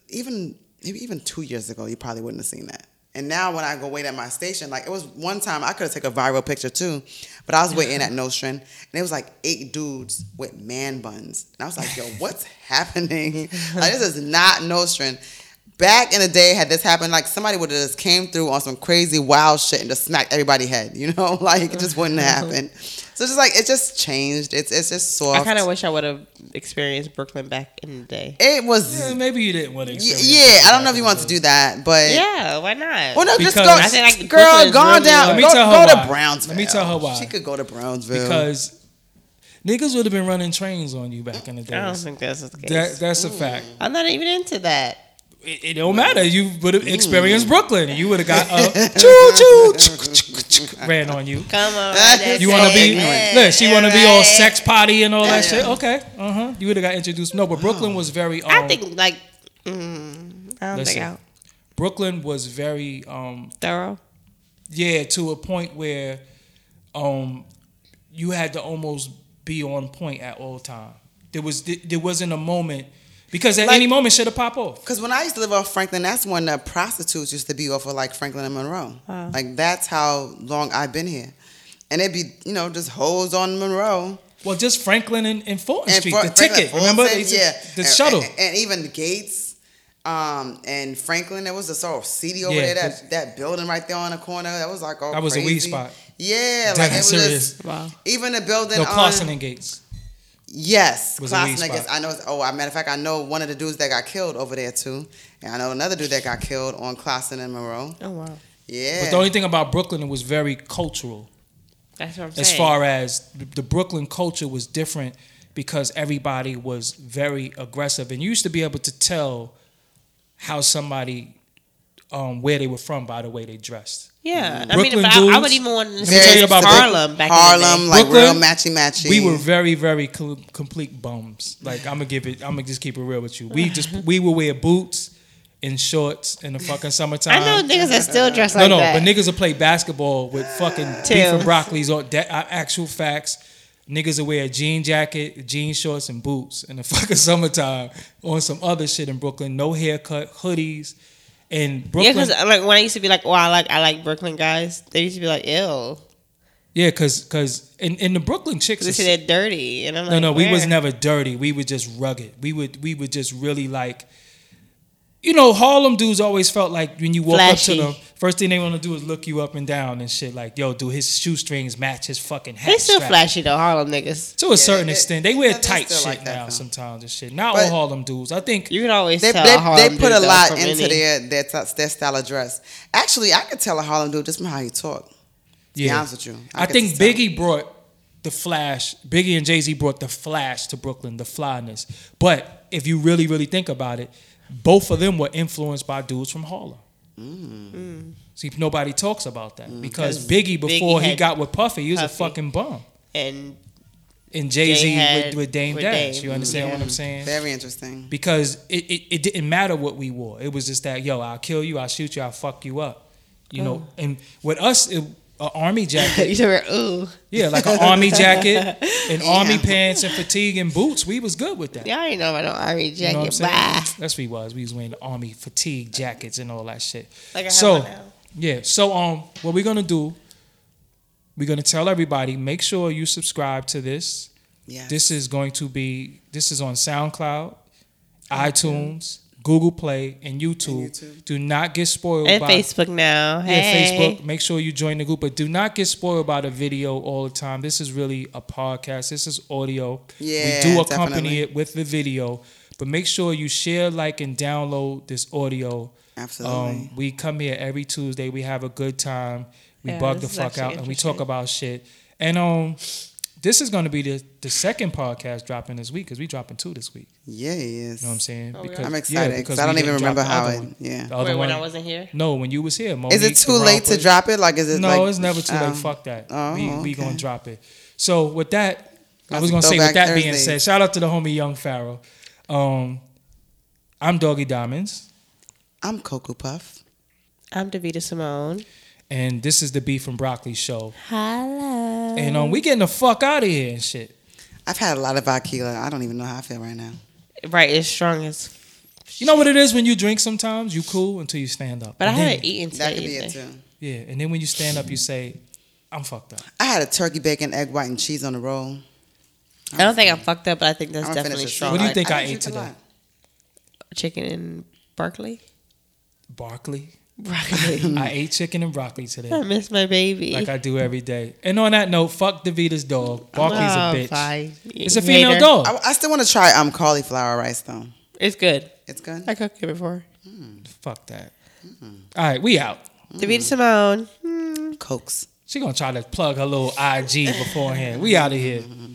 C: even maybe even two years ago, you probably wouldn't have seen that. And now when I go wait at my station, like it was one time I could have taken a viral picture too, but I was waiting at Notion and it was like eight dudes with man buns. And I was like, yo, what's happening? Like this is not Notion. Back in the day, had this happened, like somebody would have just came through on some crazy wild shit and just smacked everybody head, you know? Like it just wouldn't happen. So it's just like it just changed. It's it's just soft.
B: I kind of wish I would have experienced Brooklyn back in the day.
C: it was
A: Yeah, maybe you didn't want to.
C: yeah,
A: experience
C: yeah, I don't know
A: that.
C: if you want to do that, but
B: Yeah, why not?
C: Well, no, just
A: Because-
C: go.
A: I
B: think, like, Brooklyn
C: girl,
B: is
C: go on
B: really
C: down.
B: Let
A: me
C: go
A: tell
C: go
A: her why.
C: to Brownsville.
A: Let me tell her why.
C: She could go to Brownsville.
A: because niggas would have been running trains on you back in the
B: I don't Mm.
A: days.
B: think that's the case.
A: That, that's a fact.
B: I'm not even into that.
A: It, it don't matter. You would
C: Mm.
A: have experienced Brooklyn. You would have got a choo choo choo, choo, choo, choo, ran on you.
B: Come on.
A: Ah, You want to be look, she want to be all sex potty and all that shit. Okay, uh huh. You would have got introduced. No, but Brooklyn was very. Um,
B: I think like. Mm, I don't
A: Listen.
B: think I'm
A: Brooklyn was very. Um,
B: thorough.
A: yeah, to a point where, um, you had to almost be on point at all time. There was there wasn't a moment because at
C: Like-
A: any moment shit have pop off.
C: Because when I used to live off Franklin, that's when the prostitutes used to be off of like Franklin and Monroe. Like that's how long I've been here, and it'd be you know just hoes on Monroe
A: Well, just Franklin and, and Fulton
C: and
A: Street,
C: Fra-
A: the
C: Franklin,
A: ticket. Remember,
C: Fulton,
A: They used to-
C: yeah,
A: the
C: And-
A: shuttle.
C: and, and even Gates. Um, and Franklin, there was a sort of city over
A: Yeah,
C: there, that, that building right there on the corner. That was like all
A: That was a weed
C: crazy.
A: spot.
C: Yeah,
A: Damn,
C: like it was
A: serious.
C: just-
B: Wow.
C: even the building
A: no,
C: on
A: Clausen and Gates.
C: Yes,
A: Was a weed
C: Klaus
A: spot.
C: niggas. I know. Oh, I matter of fact, I know one of the dudes that got killed over there too, and I know another dude that got killed on Clausen and Monroe.
B: Oh wow.
C: Yeah,
A: But the only thing about Brooklyn, it was very cultural.
B: That's what I'm saying.
A: as far as th- the Brooklyn culture was different because everybody was very aggressive and you used to be able to tell how somebody um, where they were from by the way they dressed.
B: Yeah, I
A: Brooklyn
B: mean, if I, I
A: dudes-
B: would even want to
A: me tell
B: say
A: you about
B: Harlem back in
C: Harlem,
B: the
C: like real
A: Brooklyn,
C: matchy matchy.
A: We were very very cl- complete bums. Like I'm gonna give it I'm gonna just keep it real with you. We just we would wear boots and shorts in the fucking
B: day.
A: summertime.
B: I know niggas that still dress
A: No,
B: like
A: no,
B: that.
A: but niggas will play basketball with fucking beef
B: Tim.
A: and broccoli's on that are actual facts. Niggas will wear a jean jacket, jean shorts, and boots in the fucking summertime on some other shit in Brooklyn. No haircut, hoodies. And
B: yeah, uh,
A: Brooklyn,
B: because like when I used to be like, "Oh, I like I like Brooklyn guys," they used to be like, "Ill,"
A: yeah, because because in, in the Brooklyn chicks,
B: they
A: is-
B: say they're dirty, and I'm like,
A: no, no, we was
B: "Where?"
A: never dirty. We were just rugged. We would we would just really like, you know, Harlem dudes always felt like when you walk
B: Flashy.
A: up to them, first thing they want to do is look you up and down and shit. Like, yo, do his shoestrings match his fucking hat?
B: They still
A: strap?
B: flashy though, Harlem niggas.
A: To a certain
C: they-
A: extent, they wear
C: they
A: tight
C: still
A: shit
C: like that,
A: now
C: though.
A: sometimes and shit. Not all
C: But-
A: Harlem dudes. I think
B: You can always
C: They,
B: tell
C: they,
B: a Harlem
C: they put a
B: dude, though,
C: lot
B: from
C: into
B: any-
C: their, their t- their style of dress. Actually, I could tell a Harlem dude just from how he talk.
A: yeah.
C: honest with you, I
A: I,
C: could
A: think
C: just tell.
A: Biggie brought the flash. Biggie and Jay Z brought the flash to Brooklyn, the flyness. But if you really, really think about it, both of them were influenced by dudes from Harlem.
C: Mm.
A: See, nobody talks about that because Biggie, before he
B: had
A: got with Puffy, he was
B: Puffy.
A: a fucking bum.
B: and
A: And Jay Z
B: had-
A: with, with Dame
B: with
A: Dash.
B: Dame.
A: You understand what
B: Yeah.
A: I'm saying?
C: Very interesting.
A: because it, it, it didn't matter what we wore. It was just that, yo, I'll kill you, I'll shoot you, I'll fuck you up. You
B: Oh.
A: know, and with us, it, an army jacket,
B: you said, "Ooh,
A: yeah, like an army jacket and army pants and fatigue and boots, we was good with that.
B: y'all ain't know about no army
A: You know what I'm
B: jacket."
A: saying?
B: Bye.
A: That's what we was. We was wearing the army fatigue jackets and all that shit.
B: Like I have
A: so,
B: one now.
A: yeah. So, um, what we're gonna do? We're gonna tell everybody. Make sure you subscribe to this.
C: Yeah.
A: This is going to be. This is on SoundCloud, iTunes, Google Play, and YouTube.
C: And YouTube.
A: Do not get spoiled
B: and
A: by
B: Facebook now.
A: Yeah,
B: Hey.
A: Facebook. Make sure you join the group, but do not get spoiled by the video all the time. This is really a podcast. This is audio.
C: Yeah,
A: we do accompany
C: definitely.
A: it with the video, but make sure you share, like, and download this audio.
C: Absolutely.
A: Um, we come here every Tuesday. We have a good time. We
B: Yeah,
A: bug the
B: this is
A: fuck
B: actually
A: out and we talk
B: interesting.
A: about shit. And um, this is going to be the, the second podcast dropping this week because we dropping two this week.
C: yeah, he is.
A: You know what I'm saying?
B: Oh, really?
A: Because-
C: I'm
A: yeah,
C: excited because
A: we
C: I don't
A: didn't
C: even remember
A: drop the
C: how
A: other
C: it.
A: one.
C: Yeah.
A: The other
B: Wait, when
A: one-
B: I wasn't here?
A: No, when you was here.
C: Is
A: Monique,
C: it
A: the
C: too late to
A: Rompers-
C: drop it? Like, is it
A: no,
C: like?
A: it's never too
C: um,
A: late. Fuck that.
C: oh,
A: we we
C: okay.
A: gonna drop it. So with that, I
C: That's
A: was gonna say with
C: Throwback
A: that being
C: Thursday.
A: said, shout out to the homie Young Pharaoh. Um, I'm Doggy Diamonds,
C: I'm Cocoa Puff.
B: I'm Davita Simone.
A: and this is the Beef and Broccoli Show.
B: Hello.
A: And um, we getting the fuck out of here and shit.
C: I've had a lot of Aquila. I don't even know how I feel right now.
B: Right, it's strong as.
A: You know what it is when you drink sometimes? You cool until you stand up.
B: But I e
A: And then-
B: haven't eaten today.
C: That could be it
B: either.
C: too.
A: Yeah, and then when you stand up, you say, I'm fucked up.
C: I had a turkey bacon, egg white, and cheese on the roll.
B: I don't think I'm fucked up, but I think that's
C: I'm gonna
B: definitely
C: finish this.
B: strong.
A: What do you
B: Like,
A: think I
C: didn't
A: ate
C: drink a
A: today?
C: lot.
B: Chicken in Berkeley?
A: Broccoli.
B: Broccoli.
A: I ate chicken and broccoli today.
B: I miss my baby.
A: Like I do every day. And on that note, fuck Davita's dog. Barkley's
B: Oh,
A: a bitch.
B: bye.
A: It's a
B: Hater.
A: female dog.
C: I, I still want to try um cauliflower rice though.
B: It's good.
C: It's good.
B: I cooked it before.
A: Fuck that. All right, we out.
B: Davita Simone.
C: Cokes.
A: She gonna try to plug her little IG beforehand. We out of here.